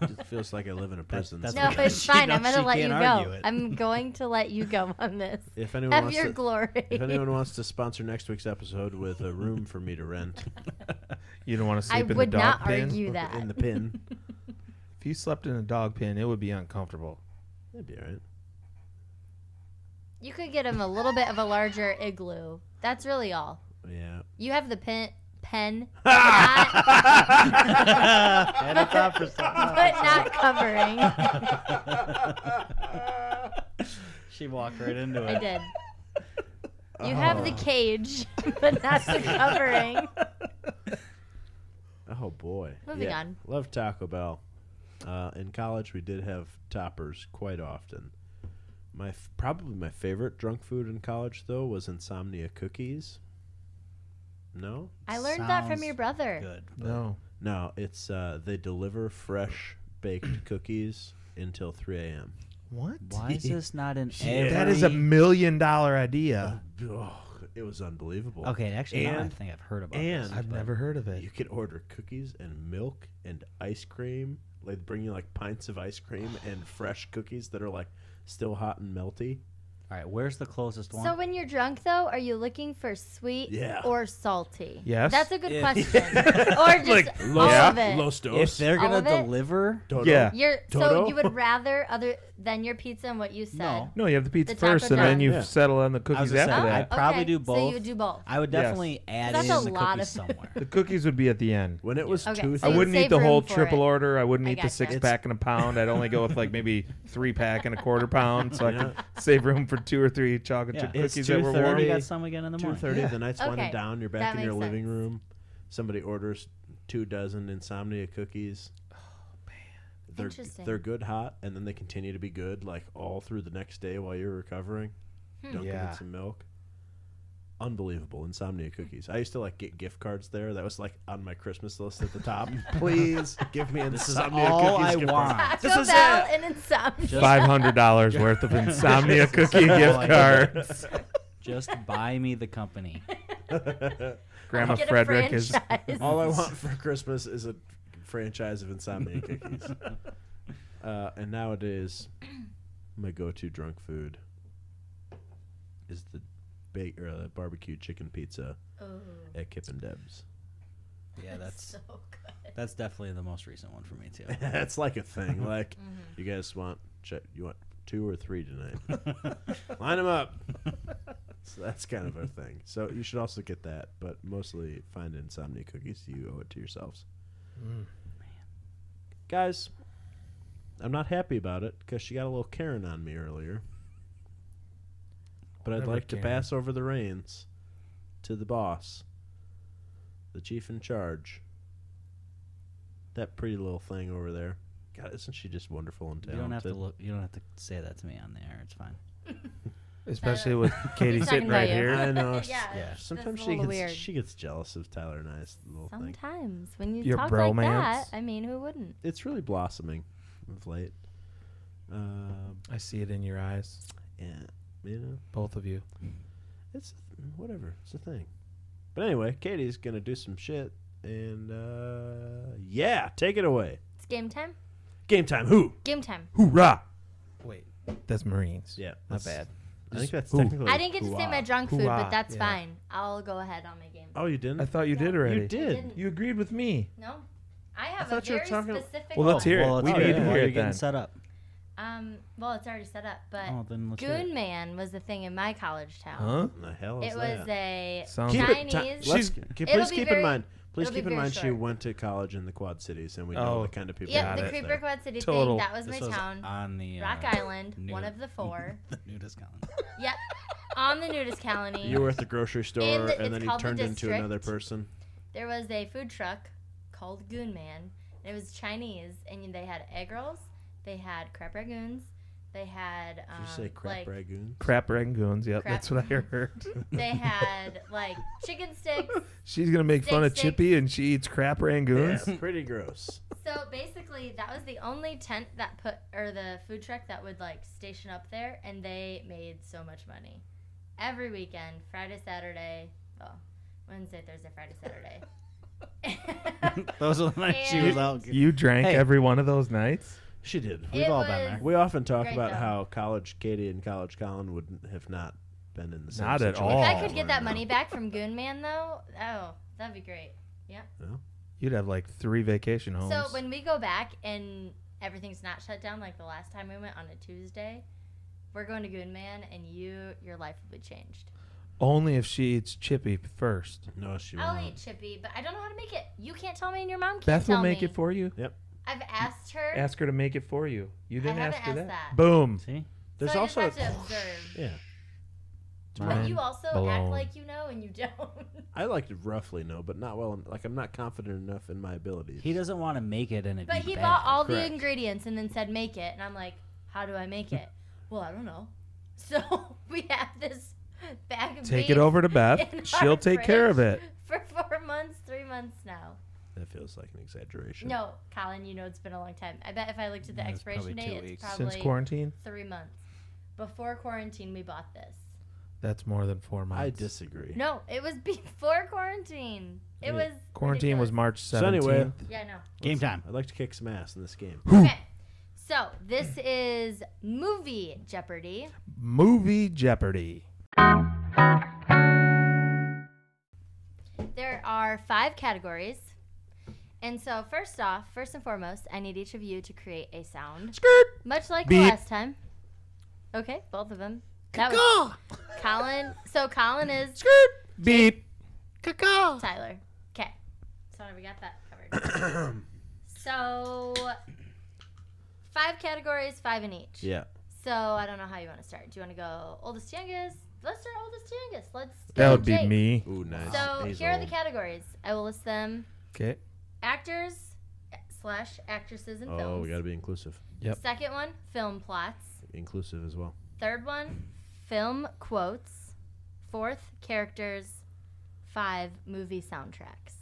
it feels like I live in a prison. that's No, okay. it's She fine. I'm knows gonna she let you can't argue go. it. I'm going to let you go on this. if anyone Have wants your to, glory. if anyone wants to sponsor next week's episode with a room for me to rent You don't want to I sleep in would the dog not pen. argue that. in the pin, If you slept in a dog pen, it would be uncomfortable. that'd be all right. You could get him a little bit of a larger igloo. That's really all. Yeah. You have the pen, pen, And a topper stick. but not covering. She walked right into it. I did. You have the cage, but not the covering. Oh boy. Moving on. Love Taco Bell. Uh, in college, we did have toppers quite often. My f- probably my favorite drunk food in college though was insomnia cookies. No, I learned that from Sounds your brother. Good. No. no, it's uh, they deliver fresh baked cookies until 3 a.m. What? Why is this not an Shit. That is a million dollar idea. Ugh, it was unbelievable. Okay, actually, now I And- think I've heard about and- this. I've I've never heard of You it. could order cookies and milk and ice cream They bring you like pints of ice cream and fresh cookies that are like still hot and melty. All right, where's the closest one? So when you're drunk, though, are you looking for sweet Yeah. or salty? Yes. That's a good Yeah. question. or just Like, all yeah, of it. Los if dos. they're All gonna of it? deliver, Toto. Yeah. You're so Toto? you would rather other than your pizza and what you said. No. No, you have the pizza The first, Taco and then John. you Yeah. settle on the I was cookies gonna after say, that. I'd probably do So both. you would do both. I would Yes. definitely add That's in a the lot cookies of- somewhere. the cookies would be at the end. When it was Okay, two, so I you wouldn't eat save the room whole for triple it. order. I wouldn't I eat the gotcha. six It's- pack and a pound. I'd only go with like maybe three pack and a quarter pound, so I Yeah. could save room for two or three chocolate chip Yeah. It's cookies that were 2:30. warm. We Already- got some again in the two morning. thirty, Yeah. the night's Okay. winding down. You're That back in your makes living sense. room. Somebody orders two dozen Insomnia cookies. They're, Oh, Interesting. they're good hot, and then they continue to be good like all through the next day while you're recovering. Hmm. Dunk them Yeah. in some milk. Unbelievable insomnia cookies. I used to like get gift cards there. That was like on my Christmas list at the top. Please give me This is insomnia all cookies. I gift card. want. Taco is Bell it. and insomnia. Just- Five hundred dollars worth of insomnia cookie Oh, gift my cards. Just buy me the company. Grandma Get a Frederick is franchise. All I want for Christmas is a franchise of insomnia cookies. Uh, and nowadays, my go-to drunk food is the ba- or the barbecue chicken pizza Ooh, at Kip and Deb's. Yeah, that's Oh, so good. that's definitely the most recent one for me too. That's like a Mm-hmm. thing. Like you guys want ch- you want two or three tonight? Line them up. So that's kind of our thing. So you should also get that, but mostly find insomnia cookies. You owe it to yourselves, Mm. guys. I'm not happy about it because she got a little Karen on me earlier. But I'd Whatever, like to Karen. pass over the reins to the boss, the chief in charge. That pretty little thing over there. God, isn't she just wonderful and You talented? don't have to look. You don't have to say that to me on the air. It's fine. especially with Katie talking sitting about right you. here. I know. Yeah, Yeah. that's Sometimes a she little gets weird. she gets jealous of Tyler and I's little thing. Sometimes when you Your talk bromance. like that, I mean, who wouldn't? It's really blossoming of late. Um, I see it in your eyes, yeah, you know, both of you. it's whatever. It's a thing. But anyway, Katie's gonna do some shit, and uh, yeah, take it away. It's game time. Game time. Who? Game time. Hoorah! Wait, that's Marines. Yeah, not that's- bad. I think that's Who? technically. I didn't get to say hoorah. my drunk food, Hoorah. but that's Yeah. fine. I'll go ahead on my game. Oh, you didn't. I thought you did already. you did. didn't. You agreed with me. No, I have a thought you were very talking- specific. Well, let's one. hear it. Oh, Well, We it's need good. to Well, hear you're it getting then. set up. Um, well, it's already set up, but Oh, then let's hear it. Goon Man was a thing in my college town. Huh? What the hell is It that? was a Sounds- Keep it. Chinese. ti- let's, She's- can- It'll please be keep in very- mind. Please it'll be keep in very mind she short. went to college in the Quad Cities, and we Oh. know the kind of people. yeah, that the live Creeper there. Quad City Total. thing. That was This my was town. on the uh, Rock Island, new- one of the four. the nudist colony. yep, on the nudist colony. You were at the grocery store, the- it's and then he called the turned into another district. person. there was a food truck called Goon Man, and it was Chinese, and they had egg rolls, they had crab ragoons, they had Did um, you say crap like ragoon? Crap rangoons. Yep, Crap- that's what I heard. they had like chicken sticks. She's gonna make fun of Steak, steak. Chippy, and she eats crap rangoons. Yeah, pretty gross. So basically, that was the only tent that put or the food truck that would like station up there, and they made so much money every weekend, Friday, Saturday, well, Wednesday, Thursday, Friday, Saturday. Those were the nights she was out. You drank Hey. every one of those nights. She did. We've It all been was- there. We often talk Great about though. how college Katie and college Colin would have not been in the same Not at situation. all. if I Oh, could get Or that no. money back from Goon Man, though, oh, that'd be great. You'd have like three vacation homes. So when we go back and everything's not shut down, like the last time we went on a Tuesday, we're going to Goon Man, and you, your life will be changed. Only if she eats Chippy first. no, she I'll won't. eat Chippy, but I don't know how to make it. You can't tell me, and your mom can't Beth tell will make me. it for you. I've asked her. Ask her to make it for you. You I didn't ask haven't her that. asked that. Boom. See, There's so also I a, just have to observe. yeah. But Mine you also blown. act like you know and you don't. I like to roughly know, but not well. en- Like I'm not confident enough in my abilities. he doesn't want to make it, and it. but be he bad. bought all Correct. the ingredients and then said make it, and I'm like, how do I make it? well, I don't know. So we have this bag of Take beef it over to Beth. in our She'll take care of it. fridge for four months, three months now. That feels like an exaggeration. No, Colin, you know it's been a long time. I bet if I looked at the Yeah, it's expiration probably date, two it's weeks. probably Since quarantine, three months. Before quarantine, we bought this. that's more than four months. I disagree. No, it was before quarantine. It was Quarantine was ridiculous. March 17th. So anyway, Yeah, no. Game time. I'd like to kick some ass in this game. Okay. So this is movie Jeopardy. Movie Jeopardy. There are five categories. And so first off, first and foremost, I need each of you to create a sound. Skirt. Much like the Beep. last time. Okay, both of them. That was Ah, Colin. So Colin is Skirt. Beep. Caca. Tyler. Okay. Sorry, we got that covered. so five categories, five in each. Yeah. So I don't know how you want to start. Do you want to go oldest youngest? Let's start oldest youngest. Let's. That go would be Jake. me. Ooh, nice. So He's here are the old. categories. I will list them: Okay. actors eh, slash actresses in Oh, films. we gotta be inclusive. Yep. Second one, film plots. Inclusive as well. Third one, film quotes. Fourth, characters. Five, movie soundtracks.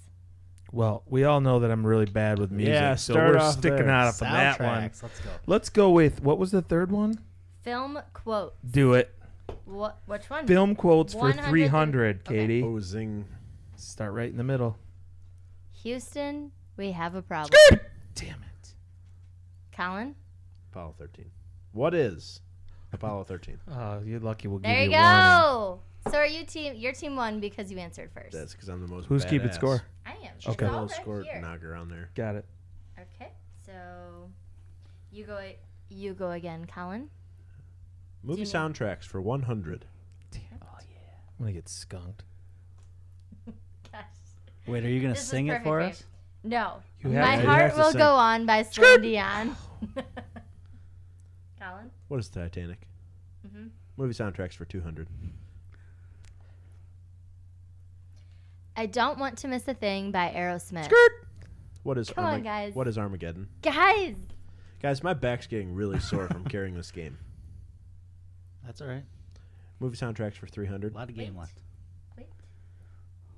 Well, we all know that I'm really bad with music, Yeah, so start we're off sticking there. out of that one. Soundtracks. Let's go. Let's go with what was the third one? Film quote. Do it. What? Which one? Film quotes for 100. 300, Okay. Katie. Oh, zing. Start right in the middle. Houston, we have a problem. Damn it. Colin, Apollo 13. What is Apollo 13? Oh, you're lucky we'll give there you you a warning. go. So are you team? Your team won because you answered first. That's because I'm the most. Who's keeping badass. score? I am. She's Okay. got a It's all little right score here. knocker on there. Got it. Okay, so you go. You go again, Colin. Movie need- soundtracks for 100. Damn it. Oh, I'm going to get skunked. Gosh. Wait, are you gonna This is sing perfect it for for you. us? No, You my have to- you heart have to will sing. go on by Celine Dion. Colin, What is Titanic? Mhm. Movie soundtracks for 200. I don't want to miss a thing by Aerosmith. What is Come on, Armag- guys. What is Armageddon? Guys, Guys, my back's getting really sore from carrying this game. That's all right. Movie soundtracks for A 300. lot of game Wait. left. wait,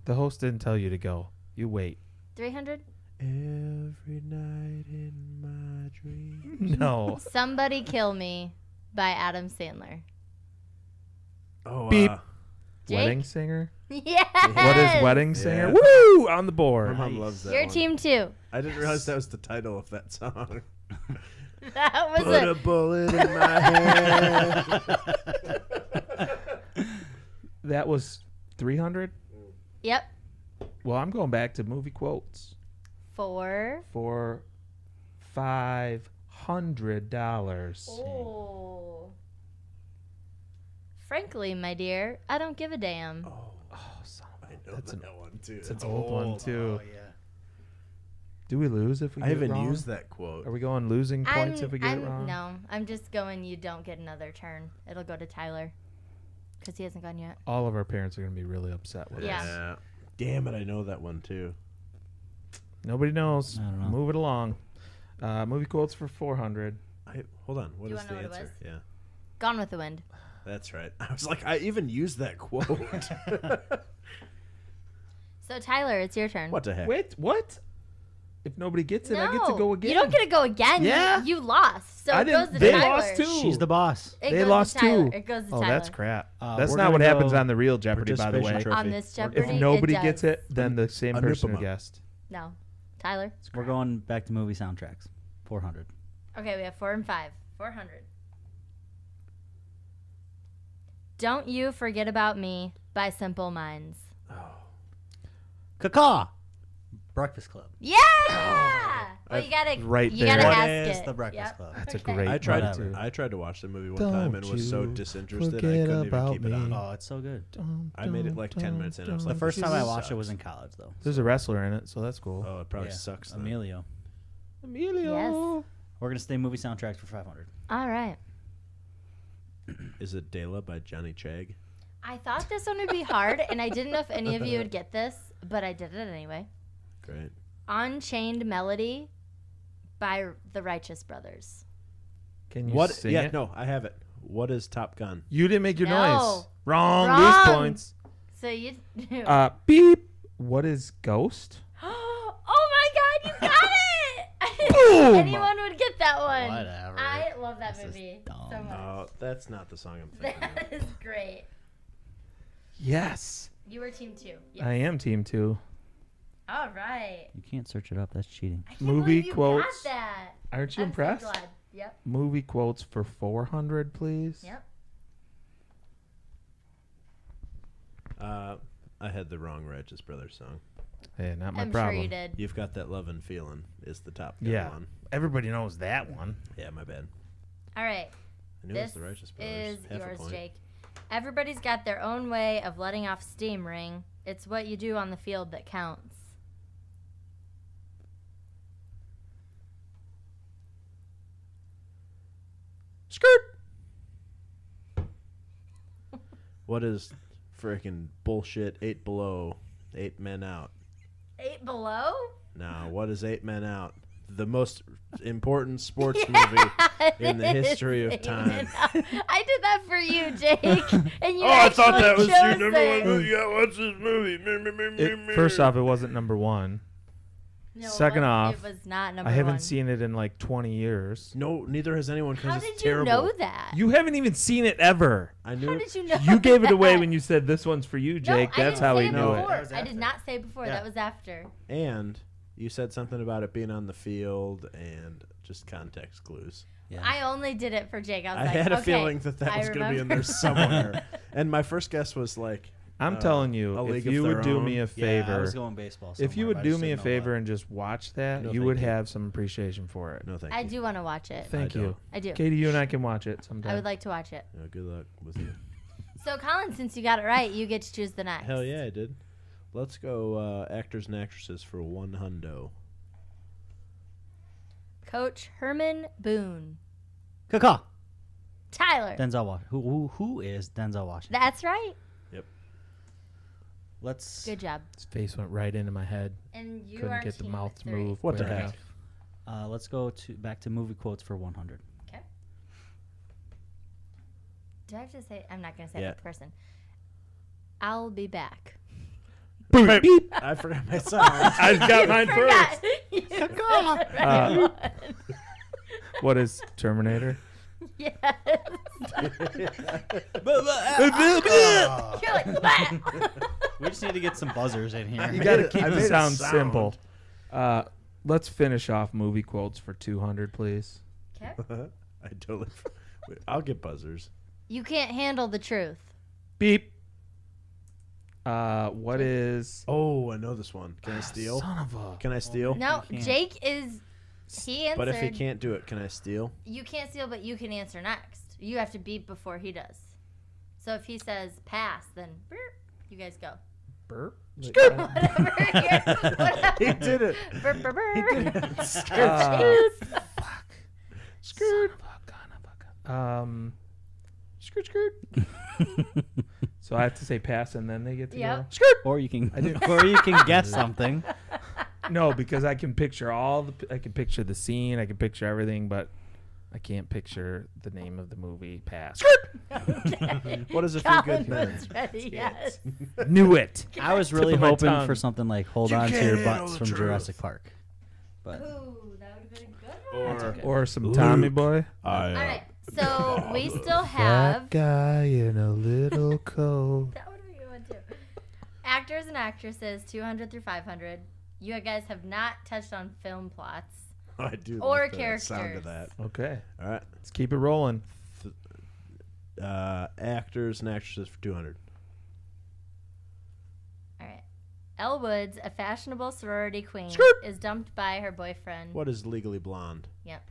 The host didn't tell you to go. You wait. three hundred. Every night in my dream. No. Somebody kill me by Adam Sandler. Oh, Beep. uh, Jake? Wedding singer? Yes. What is wedding Yeah. singer? Woo! On the my board. mom Nice. loves that Your one. team too. I didn't realize that was the title of that song. That was Put a a bullet in my head. That was 300. yep. Well, I'm going back to movie quotes Four. for $500. Oh. Frankly, my dear, I don't give a damn. Oh, son of I a- know That's that an, one too. it's an old one, too. Oh yeah. Do we lose if we I get it haven't wrong? used that quote. Are we going losing points I'm, if we get I'm, it wrong? No, I'm just going. You don't get another turn. It'll go to Tyler because he hasn't gone yet. All of our parents are going to be really upset with Yeah. us. Damn it, I know that one too. Nobody knows. I don't know. Move it along. Uh, movie quotes for 400. I hold on. What You is wanna the know what it answer? Yeah, Gone with the wind. that's right. I was like, I even used that quote. So Tyler, it's your turn. what the heck? Wait, what? If nobody gets it, No, I get to go again. You don't get to go again. You- Yeah. you, lost. So I it didn't- goes to they Tyler. lost too. She's the boss. It They goes lost to Tyler. too. It goes to Oh, Tyler. that's crap. Uh, that's we're not what gonna happens go- on the real Jeopardy, by the way. Participation On trophy. this We're- If Jeopardy, nobody does. gets it, then the same Anoop person 'em who up. guessed. no, Tyler. We're going back to movie soundtracks. Four hundred. Okay, we have four and five. Four hundred. Don't you forget about me by Simple Minds. Caca. Breakfast Club. Yeah. well, you gotta Oh, right you there. gotta What ask is it. the Breakfast Club? That's a Okay. great. I tried Whatever. to. I tried to watch the movie one Don't time and was so you disinterested I forget couldn't even about keep it on. me. Oh, it's so good. I made it like 10 minutes in, I was The like, first time I Jesus. watched it Sucks. was in college though. There's a wrestler in it, so that's cool. Oh, it probably Yeah. sucks. Then. Emilio. Emilio. We're gonna stay movie soundtracks for five hundred. All right. Is it Dela by Johnny Chag? I thought this one would be hard, and I didn't know if any of you would get this, but I did it anyway. Great. Unchained Melody by the Righteous Brothers. Can you what? sing yeah, it? no, I have it. What is Top Gun? You didn't make your noise. No. Wrong. Wrong. Lose points. So you. Uh, beep. What is ghost? oh my god, you got it! I didn't Boom! think anyone would get that one. Whatever. I love that This is movie dumb. so much. Oh, that's not the song I'm thinking. of. That is great. Yes. You were team two. Yeah. I am team two. All right. You can't search it up. That's cheating. I can't Movie believe you quotes. Got that. Aren't you I'm so impressed? glad. Yep. Movie quotes for 400, please. Yep. Uh, I had the wrong Righteous Brothers song. Hey, not my I'm problem. sure you did. You've got that love and feeling is the top Gun Yeah. one. Everybody knows that one. Yeah, my bad. All right. I knew This it was the Righteous Brothers. is Half a yours, point. Jake. Everybody's got their own way of letting off steam, Ring. It's what you do on the field that counts. Skirt. what is freaking bullshit? Eight below, eight men out. Eight below? Now, what is eight men out? The most important sports Yeah, movie. it in the is history of eight time. and out. I did that for you, Jake. And you oh, I thought actually that was your chose number one it. movie. Yeah, watch this movie. Me, me, me, me, me. It, first off, it wasn't number one. No, it Second off, wasn't. it was not number I haven't one. seen it in like 20 years. no, neither has anyone because How it's did terrible. you know that? You haven't even seen it ever. I knew How it. did you know? You gave it away that? when you said this one's for you, No, Jake. I That's didn't how say he it knew it. before. That was I did after. not say before. Yeah. That was after. and you said something about it being on the field and just context clues. Yeah. I only did it for Jake. I was I like, had a okay, feeling that that I was going to be in remember. there somewhere. and my first guess was like, I'm Uh, telling A you, if League of you Their would do Own? me a Yeah, I favor, was going baseball. if you somewhere, would but I do just me a didn't know what. favor and just watch that, No, you thank would you. have some appreciation for it. no, thank I you. do want to watch it. Thank I you. don't. I do. Katie, you and I can watch it sometime. I would like to watch it. No, good luck with you. So, Colin, since you got it right, you get to choose the next. Hell yeah, I did. Let's go uh, actors and actresses for one hundo. Coach Herman Boone. Caw-caw. Tyler. Denzel Washington. Who, who, who is Denzel Washington? That's right. Let's. Good job. His face went right into my head. And you Couldn't are get the team mouth to three. move. What the quick heck? enough. Uh, let's go to back to movie quotes for 100. Do I have to say? I'm not going to say Yeah. that person. I'll be back. Boop. I forgot my song. I got mine first. Forgot. You said the right Uh, one. What is Terminator? yes. Ah. You're like, we just need to get some buzzers in You I here. got to made- keep I the made a sound, sound. simple. Uh, let's finish off movie quotes for 200, please. okay. I totally. f- Wait, I'll get buzzers. You can't handle the truth. Beep. Uh, what is. Oh, I know this one. Can I steal? Son of a. Can I steal? No, can't. Jake is. He answered. But if he can't do it, can I steal? You can't steal, but you can answer next. You have to beep before he does. So if he says pass, then burp, you guys go. Burp. Whatever. whatever. Oh. he did it. Burp, burp, burp. Uh, Skirt. um, skirt, skirt. So I have to say pass and then they get to Yep. or you can, I didn't- or you can guess something. go? No, because I can picture all the. I can picture the scene. I can picture everything, but I can't picture the name of the movie. Pass. Okay. What is a few Colin good men? was ready, yes. Knew it. I was really of my hoping tongue. for something like "Hold You on to can't your handle butts" the from truth. Jurassic Park. But Ooh, that would have been a good one. Or Or some Luke. Tommy boy. I, uh, All right, so we still have. guy in a little coat. That would be a good one too. Actors and actresses, 200 through 500. You guys have not touched on film plots. I do. Or like the sound of characters. that. Okay, All right. let's keep it rolling. Uh, actors and actresses for two hundred. All right. Elle Woods, a fashionable sorority queen, Skirt. is dumped by her boyfriend. What is Legally Blonde? Yep.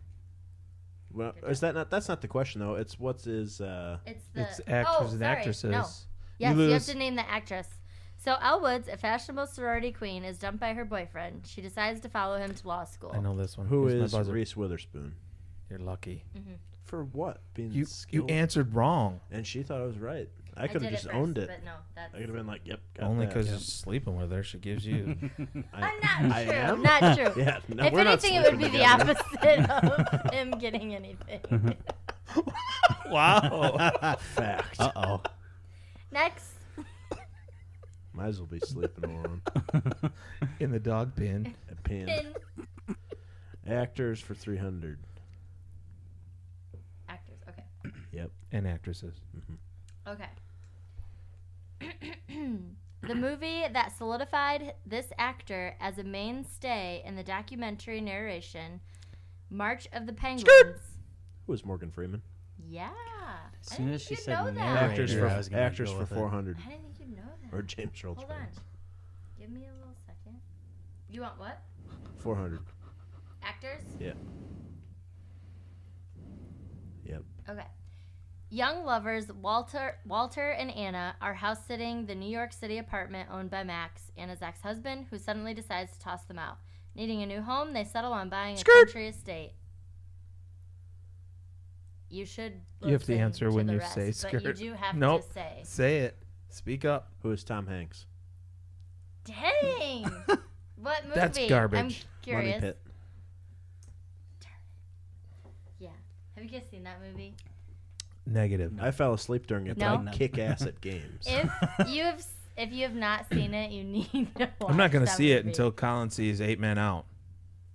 Well, is that not? That's not the question though. It's what's his. Uh, It's the It's actors oh, and sorry, actresses. No. Yes, you, have lose. to name the actress. So Elle Woods, a fashionable sorority queen, is dumped by her boyfriend. She decides to follow him to law school. I know this one. who Here's my is buzzer. Reese Witherspoon? You're lucky. Mm-hmm. For what being You you skilled? answered wrong. and she thought I was right. I I could have did just it first, owned it. But no, that's I could have been like, "Yep." Got Only that. because you're sleeping with her, she gives you. I'm not I true. am? Not true. Yeah. No, if we're not anything, it would be sleeping the together. Mm-hmm. opposite of him getting anything. wow. fact. uh oh, Next. Might as well be sleeping alone. In the dog pen. A pin. In Actors for three hundred. actors. Okay. Yep. And actresses. Okay. The movie that solidified this actor as a mainstay in the documentary narration, March of the Penguins. Who is Morgan Freeman? Yeah. As I soon didn't as she think you'd said know that. Actors for I was gonna actors go for with it. four hundred I didn't think you'd know that. or James Earl Hold on. Jones. Give me a little second. You want what? Four hundred. Actors? Yeah. Yep. Okay. Young lovers Walter Walter and Anna are house sitting the New York City apartment owned by Max, Anna's ex husband, who suddenly decides to toss them out. Needing a new home, they settle on buying a Skirt. country estate. You should. You have to listen answer when the you rest, say But you skirt. do have Nope. to say. Say it. Speak up. Who is Tom Hanks? Dang! what movie? That's I'm garbage. Money curious. Pit. Yeah. Have you guys seen that movie? Negative. I fell asleep during it. No. but I kick ass at games. If you have, s- if you have not seen it, you need to watch. I'm not gonna that see it movie. until Colin sees Eight Men Out.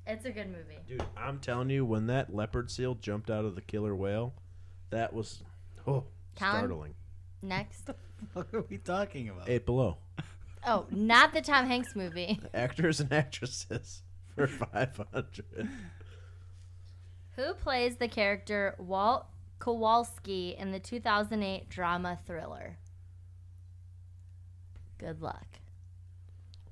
It's a good movie. Dude, I'm telling you, when that leopard seal jumped out of the killer whale, that was oh Colin? startling. Next. What are we talking about? Eight below. Oh, not the Tom Hanks movie. Actors and actresses for five hundred. Who plays the character Walt Kowalski in the 2008 drama thriller? Good luck.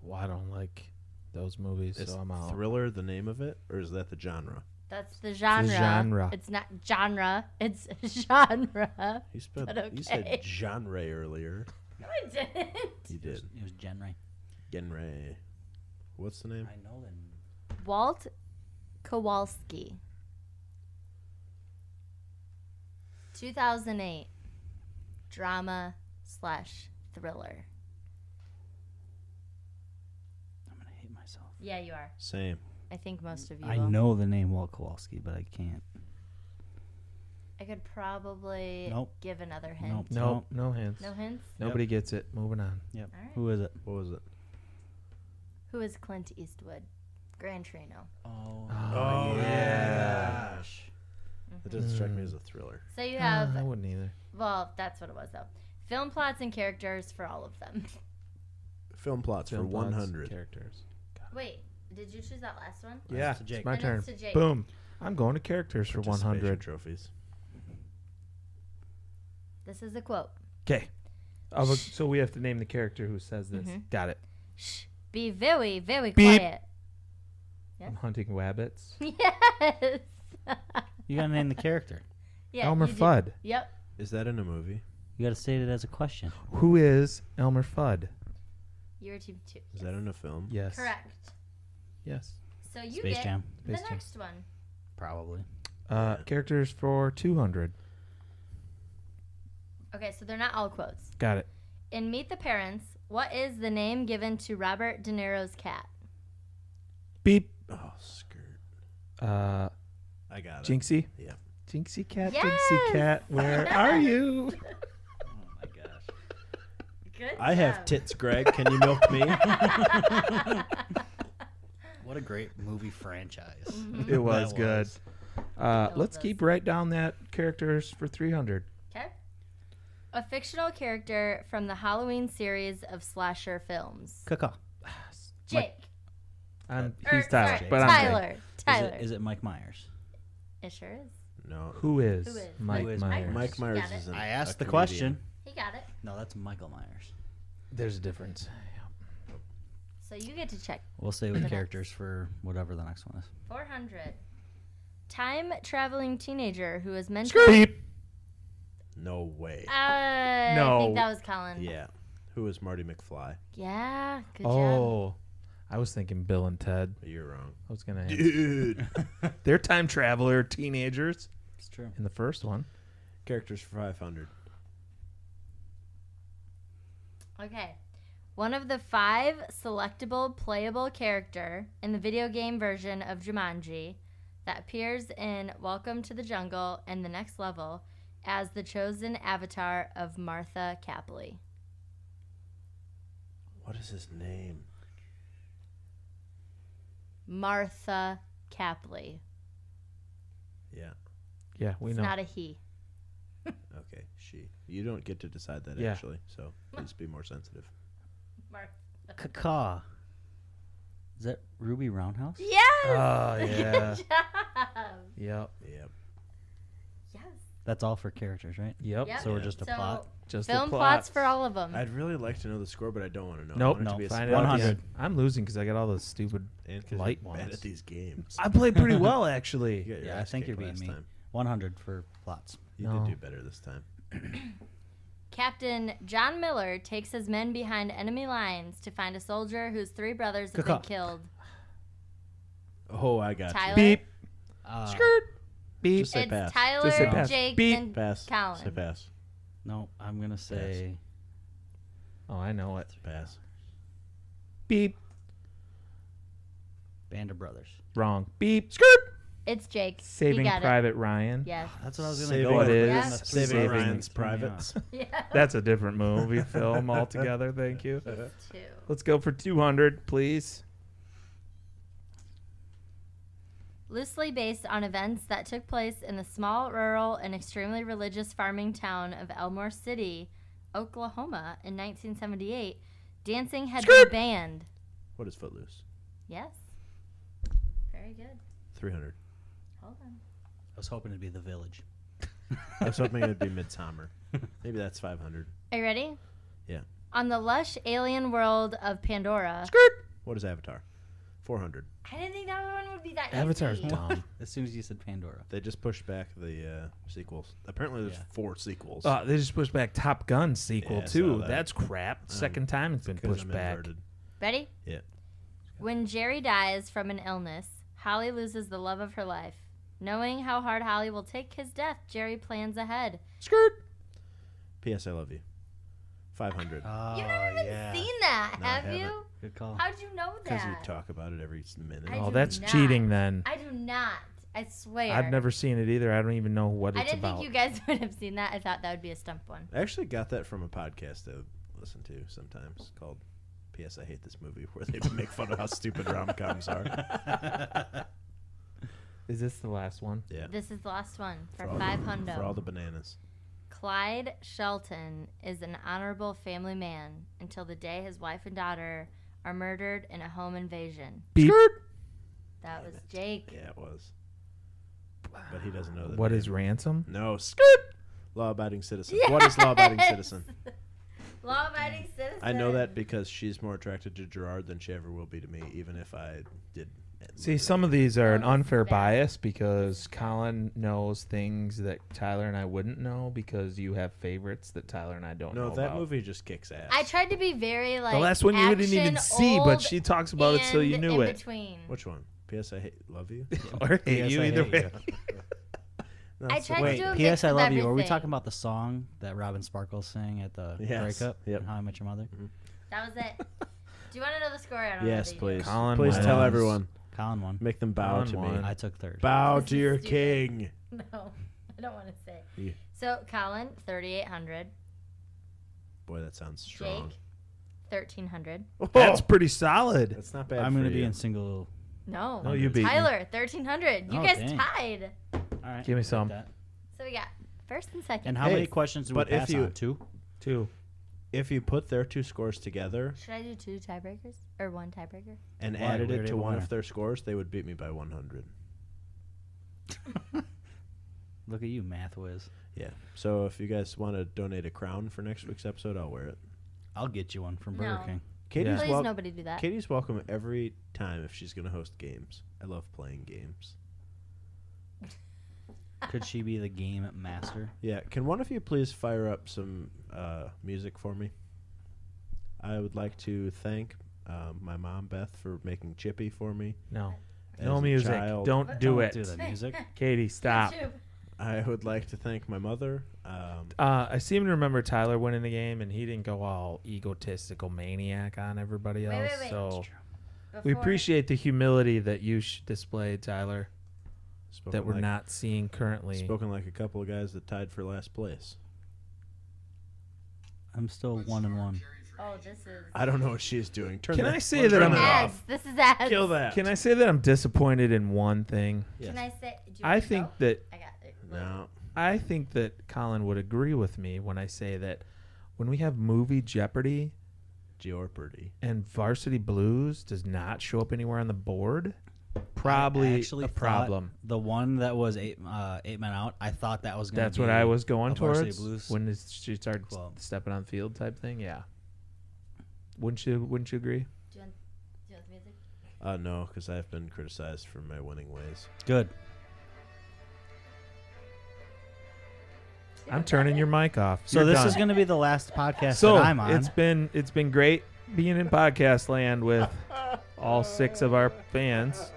Well, I don't like those movies, Is so I'm out. thriller the name of it, or is that the genre? That's the genre. genre. It's not genre. It's genre. You, spelled, But you said okay. genre earlier. No, I didn't. You It was, did. it was Genre. Genre. What's the name? I know then. Walt Kowalski. 2008 drama slash thriller. I'm gonna hate myself. Yeah, you are. Same. I think most of you. I will. know the name Walt Kowalski, but I can't. I could probably Nope. give another hint. Nope. Nope, no hints. No hints? Nobody gets it. Moving on. Yep. All right. Who is it? What was it? Who is Clint Eastwood? Gran Trino. Oh, Oh, yeah. gosh. It doesn't strike me as a thriller. So you Ah, have, I wouldn't either. well, that's what it was though. Film plots and characters for all of them. Film plots Film for plots, 100. characters. Wait, did you choose that last one? Yeah, It's a Jake. my Then turn. it's to Jake. Boom. I'm going to characters for Participation 100. trophies. This is a quote. Okay. So we have to name the character who says this. Mhm. Got it. Shh. Be very, very Beep. quiet. I'm hunting wabbits. Yes. You gotta name the character. yeah, Elmer you did- Fudd. Yep. Is that in a movie? You gotta state it as a question. Who is Elmer Fudd? You were team two. Is that in a film? Yes. Correct. Yes. So you Space get Jam, the Space Jam. next one. probably. Uh, characters for 200. Okay, so they're not all quotes. Got it. In Meet the Parents, what is the name given to Robert De Niro's cat? Beep. Oh, skirt. Uh, I got it. Jinxie. Yep. Jinxie cat. Yes! Jinxie cat. Where are you? Oh my gosh. Good. I have tits, Greg. Can you milk me? Mm-hmm. What a great movie franchise. Mm-hmm. It was That good. was. Uh, That let's was. keep right down that characters for 300. Okay. A fictional character from the Halloween series of slasher films. Kaka. Jake. I'm, or, he's Tyler, sorry, but I'm Jake. Tyler. Tyler. Is it, is it Mike Myers? it sure is. No. Who is, Who is? Mike Who is Mike Myers? Myers? Mike Myers Got it. is in I asked the question. He got it. No, that's Michael Myers. There's a difference. So you get to check. We'll stay with next. characters for whatever the next one is. 400. Time traveling teenager who is mentored. Beep. No way. Uh, I No. think that was Colin. Yeah. Who is Marty McFly? Yeah, Good job. Oh, I was thinking Bill and Ted. You're wrong. I was gonna. Dude. They're time traveler teenagers It's true. in the first one. Characters for 500. Okay. One of the five selectable playable character in the video game version of Jumanji that appears in Welcome to the Jungle and the Next Level as the chosen avatar of Martha Capley. What is his name? Martha Capley. Yeah. Yeah, we It's know. not a he. Okay. She. You don't get to decide that Yeah. actually. So please be more sensitive. Mark. Caca. Is that Ruby Roundhouse? Yes. Oh, yeah. Good job. Yep. Yep. Yes. That's all for characters, right? Yep. Yep. So we're just a So, plot. Just the Film plots. plots for all of them. Mm. I'd really like to know the score, but I don't want to know. I Nope. want it to No, be a Find surprise. out at the 100. end. I'm losing because I got all those stupid. And 'cause Light you're bad ones. at these games. I played pretty well You actually. got your Yeah, I ass think you're kicked last beating me. Time. 100 for plots. You No. did do better this time. Captain John Miller takes his men behind enemy lines to find a soldier whose three brothers have been Caca. killed. Oh, I got Tyler. Beep. Uh, Oh. Skirt. Beep. Just say It's pass. Tyler, Just say pass. Jake, Beep. you. and Pass. Colin. Say pass. No, I'm going to say. Oh, I know it. Pass. Beep. Band of Brothers. Wrong. Beep. Skirt. it's Jake. Saving he got Private Ryan. It. Yes. That's what I was going to Saving go with. It is. and that's Saving, Saving Ryan's threw me off. privates. Yeah. That's a different movie film altogether. Thank you. Two. Let's go for 200, please. Loosely based on events that took place in the small, rural, and extremely religious farming town of Elmore City, Oklahoma, in 1978, dancing had Skirt. been banned. What is Footloose? Yes. Very good. 300. Hold on. I was hoping it'd be The Village. I was hoping it'd be Midsummer. Maybe that's 500. Are you ready? Yeah. On the lush alien world of Pandora. What is Avatar? 400. I didn't think that one would be that Avatar's easy. dumb. As soon as you said Pandora. They just pushed back the uh, sequels. Apparently, there's Yeah. Oh, four sequels. Uh, they just pushed back Top Gun sequel Yeah, I too. saw that. That's crap. Second time it's been 'Cause pushed I'm back. inverted. Ready? Yeah. When Jerry dies from an illness, Holly loses the love of her life. Knowing how hard Holly will take his death, Jerry plans ahead. Skirt. P.S. I love you. 500. Oh, You've never even yeah. seen that, No, I have haven't. you? Good call. How'd you know Because you that? talk about it every s- minute. I Oh, do that's not. cheating then. I do not. I swear. I've never seen it either. I don't even know what I it's didn't about. think you guys would have seen that. I thought that would be a stump one. I actually got that from a podcast I listen to sometimes called P.S. I Hate This Movie, where they make fun of how stupid rom coms are. Is this the last one? Yeah. This is the last one for, all the- five hundo. For all the bananas. Clyde Shelton is an honorable family man until the day his wife and daughter are murdered in a home invasion. Beep. That Damn was it. Jake. Yeah, it was. But he doesn't know that. What is ransom? No. Skirt! Law abiding citizen. What is law abiding Yes! citizen? Law-abiding citizen. I know that because she's more attracted to Gerard than she ever will be to me, even if I did. See, some of these are an Oh, this is unfair bad. bias because Colin knows things that Tyler and I wouldn't know because you have favorites that Tyler and I don't know No, that about. movie just kicks ass. I tried to be very like the last one you didn't even action, see, but old, she talks about it, so you and knew in it. Between. Which one? P.S. I hate, love you. or hate P.S. you I either hate way. you. No, I it's the tried to one. do a P.S. mix I of love you. Are we everything. talking about the song that Robin Sparkles sang at the Yes. breakup? Yep. Mm-hmm. and How I Met Your Mother. That was it. Do you want to know the score? I don't know Yes, that you please. Colin please tell wins. everyone. Colin won. Make them bow Colin to me. won. I took third. Bow This to is your stupid. king. do. No, I don't want to say. Yeah. So Colin, thirty-eight hundred. Boy, that sounds Jake, strong. thirteen hundred. That's Oh, pretty solid. that's not bad. I'm going to be in single. No. No, you beat me. Tyler, thirteen hundred. You Oh, guys dang. tied. All right. Give me I'll take some. that. So we got first and second. And how Hey, many questions do we but if pass you- on? Two. Two. If you put their two scores together Should I do two tiebreakers or one tiebreaker? and Why? added We it already to have a one winner. of their scores, they would beat me by 100. Look at you, math whiz. Yeah. So if you guys want to donate a crown for next week's episode, I'll wear it. I'll get you one from Burger No. King. Katie's, Yeah. Please, wel- nobody do that. Katie's welcome every time if she's going to host games. I love playing games. Could she be the game master? Yeah. Can one of you please fire up some uh, music for me? I would like to thank um, my mom, Beth, for making Chippy for me. No. as No a music. child. Don't do Don't it. Do the music. Katie, stop. YouTube. I would like to thank my mother. Um, Uh, I seem to remember Tyler winning the game, and he didn't go all egotistical maniac on everybody else. Wait, wait, wait. So That's true. we Before- appreciate the humility that you sh- displayed, Tyler, spoken that we're like- not seeing currently. Spoken like a couple of guys that tied for last place. I'm still one and one. Oh, this is I don't know what she's doing. Turn Can that- I say that turn I'm- that ads. off? This is ads. Kill that. Can I say that I'm disappointed in one thing? Yes. Can I say? Do you want I to think go? that I got it. No. I think that Colin would agree with me when I say that when we have movie Jeopardy, Jeopardy. And Varsity Blues does not show up anywhere on the board. Probably actually a thought problem. The one that was eight uh, eight men out. I thought that was going. That's what I was going a Varsity towards Blues when is- she started club. stepping on the field type thing. Yeah. Wouldn't you? Wouldn't you agree? Do you want, do you want the music? Uh, no, because I've been criticized for my winning ways. Good. I'm turning your mic off. So You're this done. is going to be the last podcast so that I'm on. it's been it's been great being in podcast land with all six of our fans.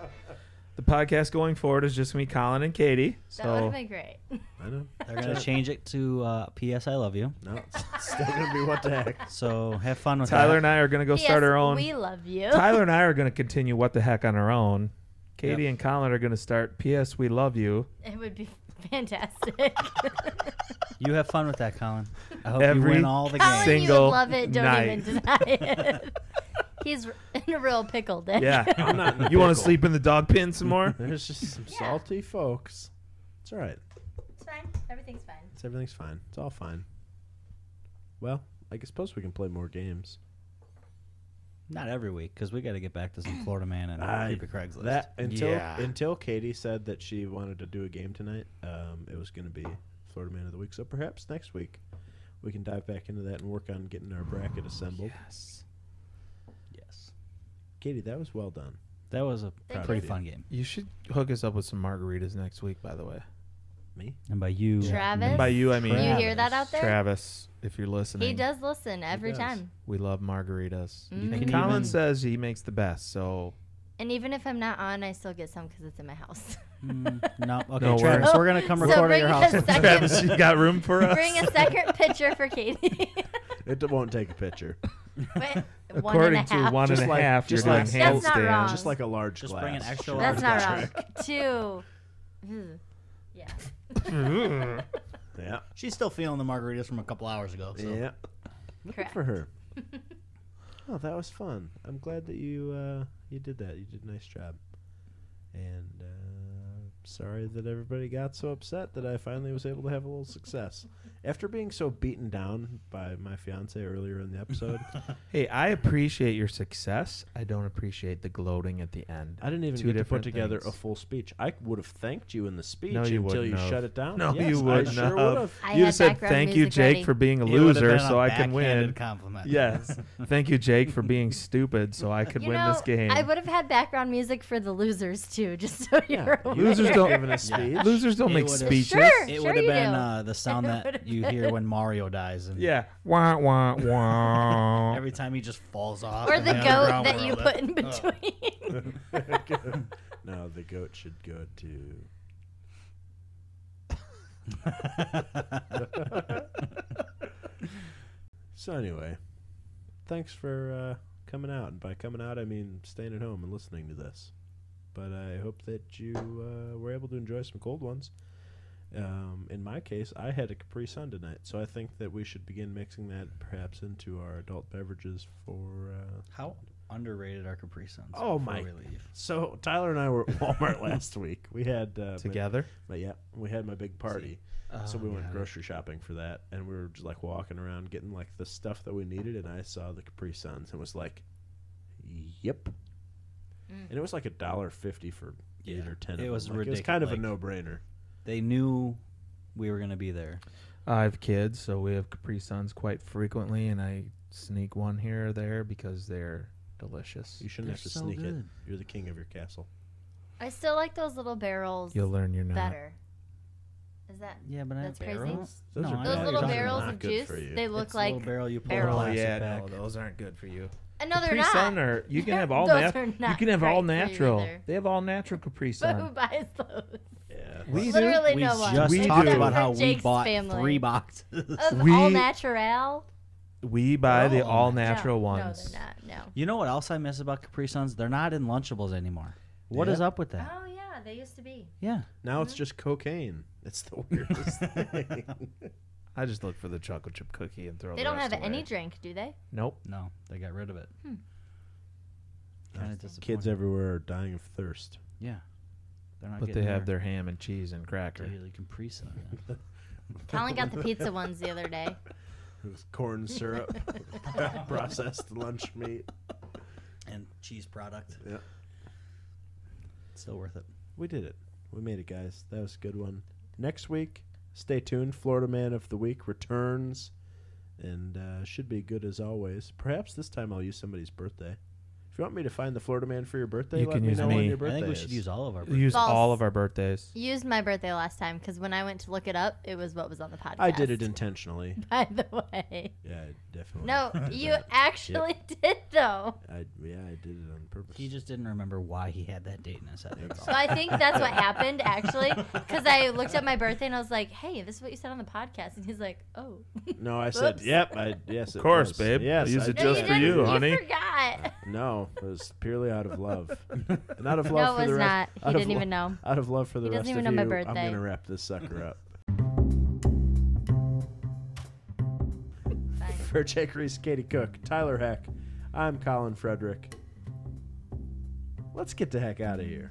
The podcast going forward is just me, Colin, and Katie. That would So have been great. I know. They're going to change it to uh, "P.S. I love you." No, it's still gonna be what the heck. So have fun with Tyler and that. I are gonna go P.S. start our own. We love you. Tyler and I are gonna continue what the heck on our own. Katie Yep. and Colin are gonna start. P.S. We love you. It would be fantastic. You have fun with that, Colin. I hope Every you win all the Colin, games. sing- Single you love it. Don't even night. deny it. He's in a real pickle, Dick. Yeah. I'm not in the you want to pickle. sleep in the dog pen some more? There's just some Yeah. salty folks. It's all right. It's fine. Everything's fine. It's everything's fine. It's all fine. Well, I suppose we can play more games. Not every week because we got to get back to some Florida man and I- creepy Craigslist. That until Yeah. until Katie said that she wanted to do a game tonight, um, it was going to be Florida Man of the Week. So perhaps next week we can dive back into that and work on getting our bracket assembled. Yes. yes, Katie, that was well done. that was a Thank pretty you. fun game. You should hook us up with some margaritas next week, by the way. Me? And by you, Travis? By you, I mean You hear that out there? Travis, if you're listening. He does listen every does. time. We love margaritas. You can Colin even- says he makes the best, so And even if I'm not on, I still get some because it's in my house. Mm, no, okay, No, we're- Travis, we're gonna come So record at bring your a house. second- Travis, you got room for us? Bring a second picture for Katie. It d- won't take a picture. Wait, one and a According to half. one and Just a like- half, just you're like- doing handstands. That's not wrong. Just like a large Just glass. bring an extra That's large not Travis. wrong. Two. Ugh. Yeah. Yeah. She's still feeling the margaritas from a couple hours ago. So. Yeah. Look out Correct. for her. oh, that was fun. I'm glad that you uh, you did that. You did a nice job. And uh, sorry that everybody got so upset that I finally was able to have a little success after being so beaten down by my fiance earlier in the episode. Hey, I appreciate your success. I don't appreciate the gloating at the end. I didn't even Two get to put different together things. a full speech. I would have thanked you in the speech No, until you wouldn't you have. shut it down. No, Yes, you I wouldn't sure have. would have. I you had said background thank you, music Jake, ready." for being a It would've loser, been so a I can win. backhanded Compliment. Yes, thank you, Jake, for being stupid, so I could You win know, this game. I would have had background music for the losers too, just so you're aware. you Losers don't- give a speech. Losers don't It make would've- speeches. Sure. It Sure would have you been do. uh, the sound It that would've you hear when Mario dies. And Yeah. Wah wah wah. Every time he just falls off. Or in the goat underground that you world. put Oh. in between. no, the goat should go to. So anyway, thanks for uh, coming out, and by coming out I mean staying at home and listening to this. But I hope that you uh, were able to enjoy some cold ones. Um, in my case, I had a Capri Sun tonight, so I think that we should begin mixing that perhaps into our adult beverages for. Uh, How underrated are Capri Suns? Oh before my- We leave? so Tyler and I were at Walmart last week. We had uh, Together. Um, My, my- yeah, we had my big party. So Oh, we went grocery shopping for that, and we were just like walking around getting like the stuff that we needed. And I saw the Capri Suns and was like, "Yep." Mm. And it was like a dollar fifty for Yeah, eight or ten. it of was them. Like, It was kind of a ridiculous, no-brainer. They knew we were gonna be there. I have kids, so we have Capri Suns quite frequently, and I sneak one here or there because they're delicious. You shouldn't They're have to so sneak it. good. You're the king of your castle. I still like those little barrels You'll learn you're not. better. Is that Yeah, but I That's crazy. Those No, are I know those what little you're talking barrels about. of Not good juice? for you. They look It's a like little barrel you pull a barrel. Oh plastic yeah, back. no, those aren't good for you. another Capri Sun not. are you can have all Those nat- are you not can have all great for you natural. either. They have all natural Capri But who Sun. buys those? Yeah. We do. Literally We no one. just We talked do. about how Except we Jake's bought family. three boxes. Of We- all natural? We buy the Oh. all natural no, ones. No, they're not. You know what else I miss about Capri Suns? They're not in Lunchables anymore. What is Yeah. up with No. that? Oh yeah, they used to be. Yeah. Now it's just cocaine. It's the weirdest thing. I just look for the chocolate chip cookie and throw. They the don't rest have away. any drink, do they? Nope. No, they got rid of it. Kind of disappointing. Kids everywhere are dying of thirst. Yeah. They're not But they getting have their ham and cheese and cracker. daily Capri Sun. Colin got the pizza ones the other day. with corn syrup, processed lunch meat. and cheese product. Yeah. Still worth it. We did it. We made it, guys. That was a good one. Next week, stay tuned. Florida Man of the Week returns and uh, should be good as always. Perhaps this time I'll use somebody's birthday. If you want me to find the Florida Man for your birthday, You let can me use know when me. your birthday I think we is. should use all of our. Use False. all of our birthdays. Used my birthday last time because when I went to look it up, it was what was on the podcast. I did it intentionally. By the way. Yeah, I definitely. No, did you that. actually did though. I, yeah, I did it on purpose. He just didn't remember why he had that date in his head. That's all. So I think that's what happened actually, because I looked up my birthday and I was like, "Hey, this is what you said on the podcast," and he's like, "Oh, no, I said, Oops. yep. I, yes, Of course, babe. Yes, Use I it did. just you for didn't- you, honey. You forgot. No, it was purely out of love. And out of No, love it for was the rest. out not. He of didn't lo- even know. Out of love for the He doesn't rest even of know my you, I'm birthday. gonna wrap this sucker up. Fine. For Jake Reese, Katie Cook, Tyler Heck, I'm Colin Frederick. Let's get the heck out of here.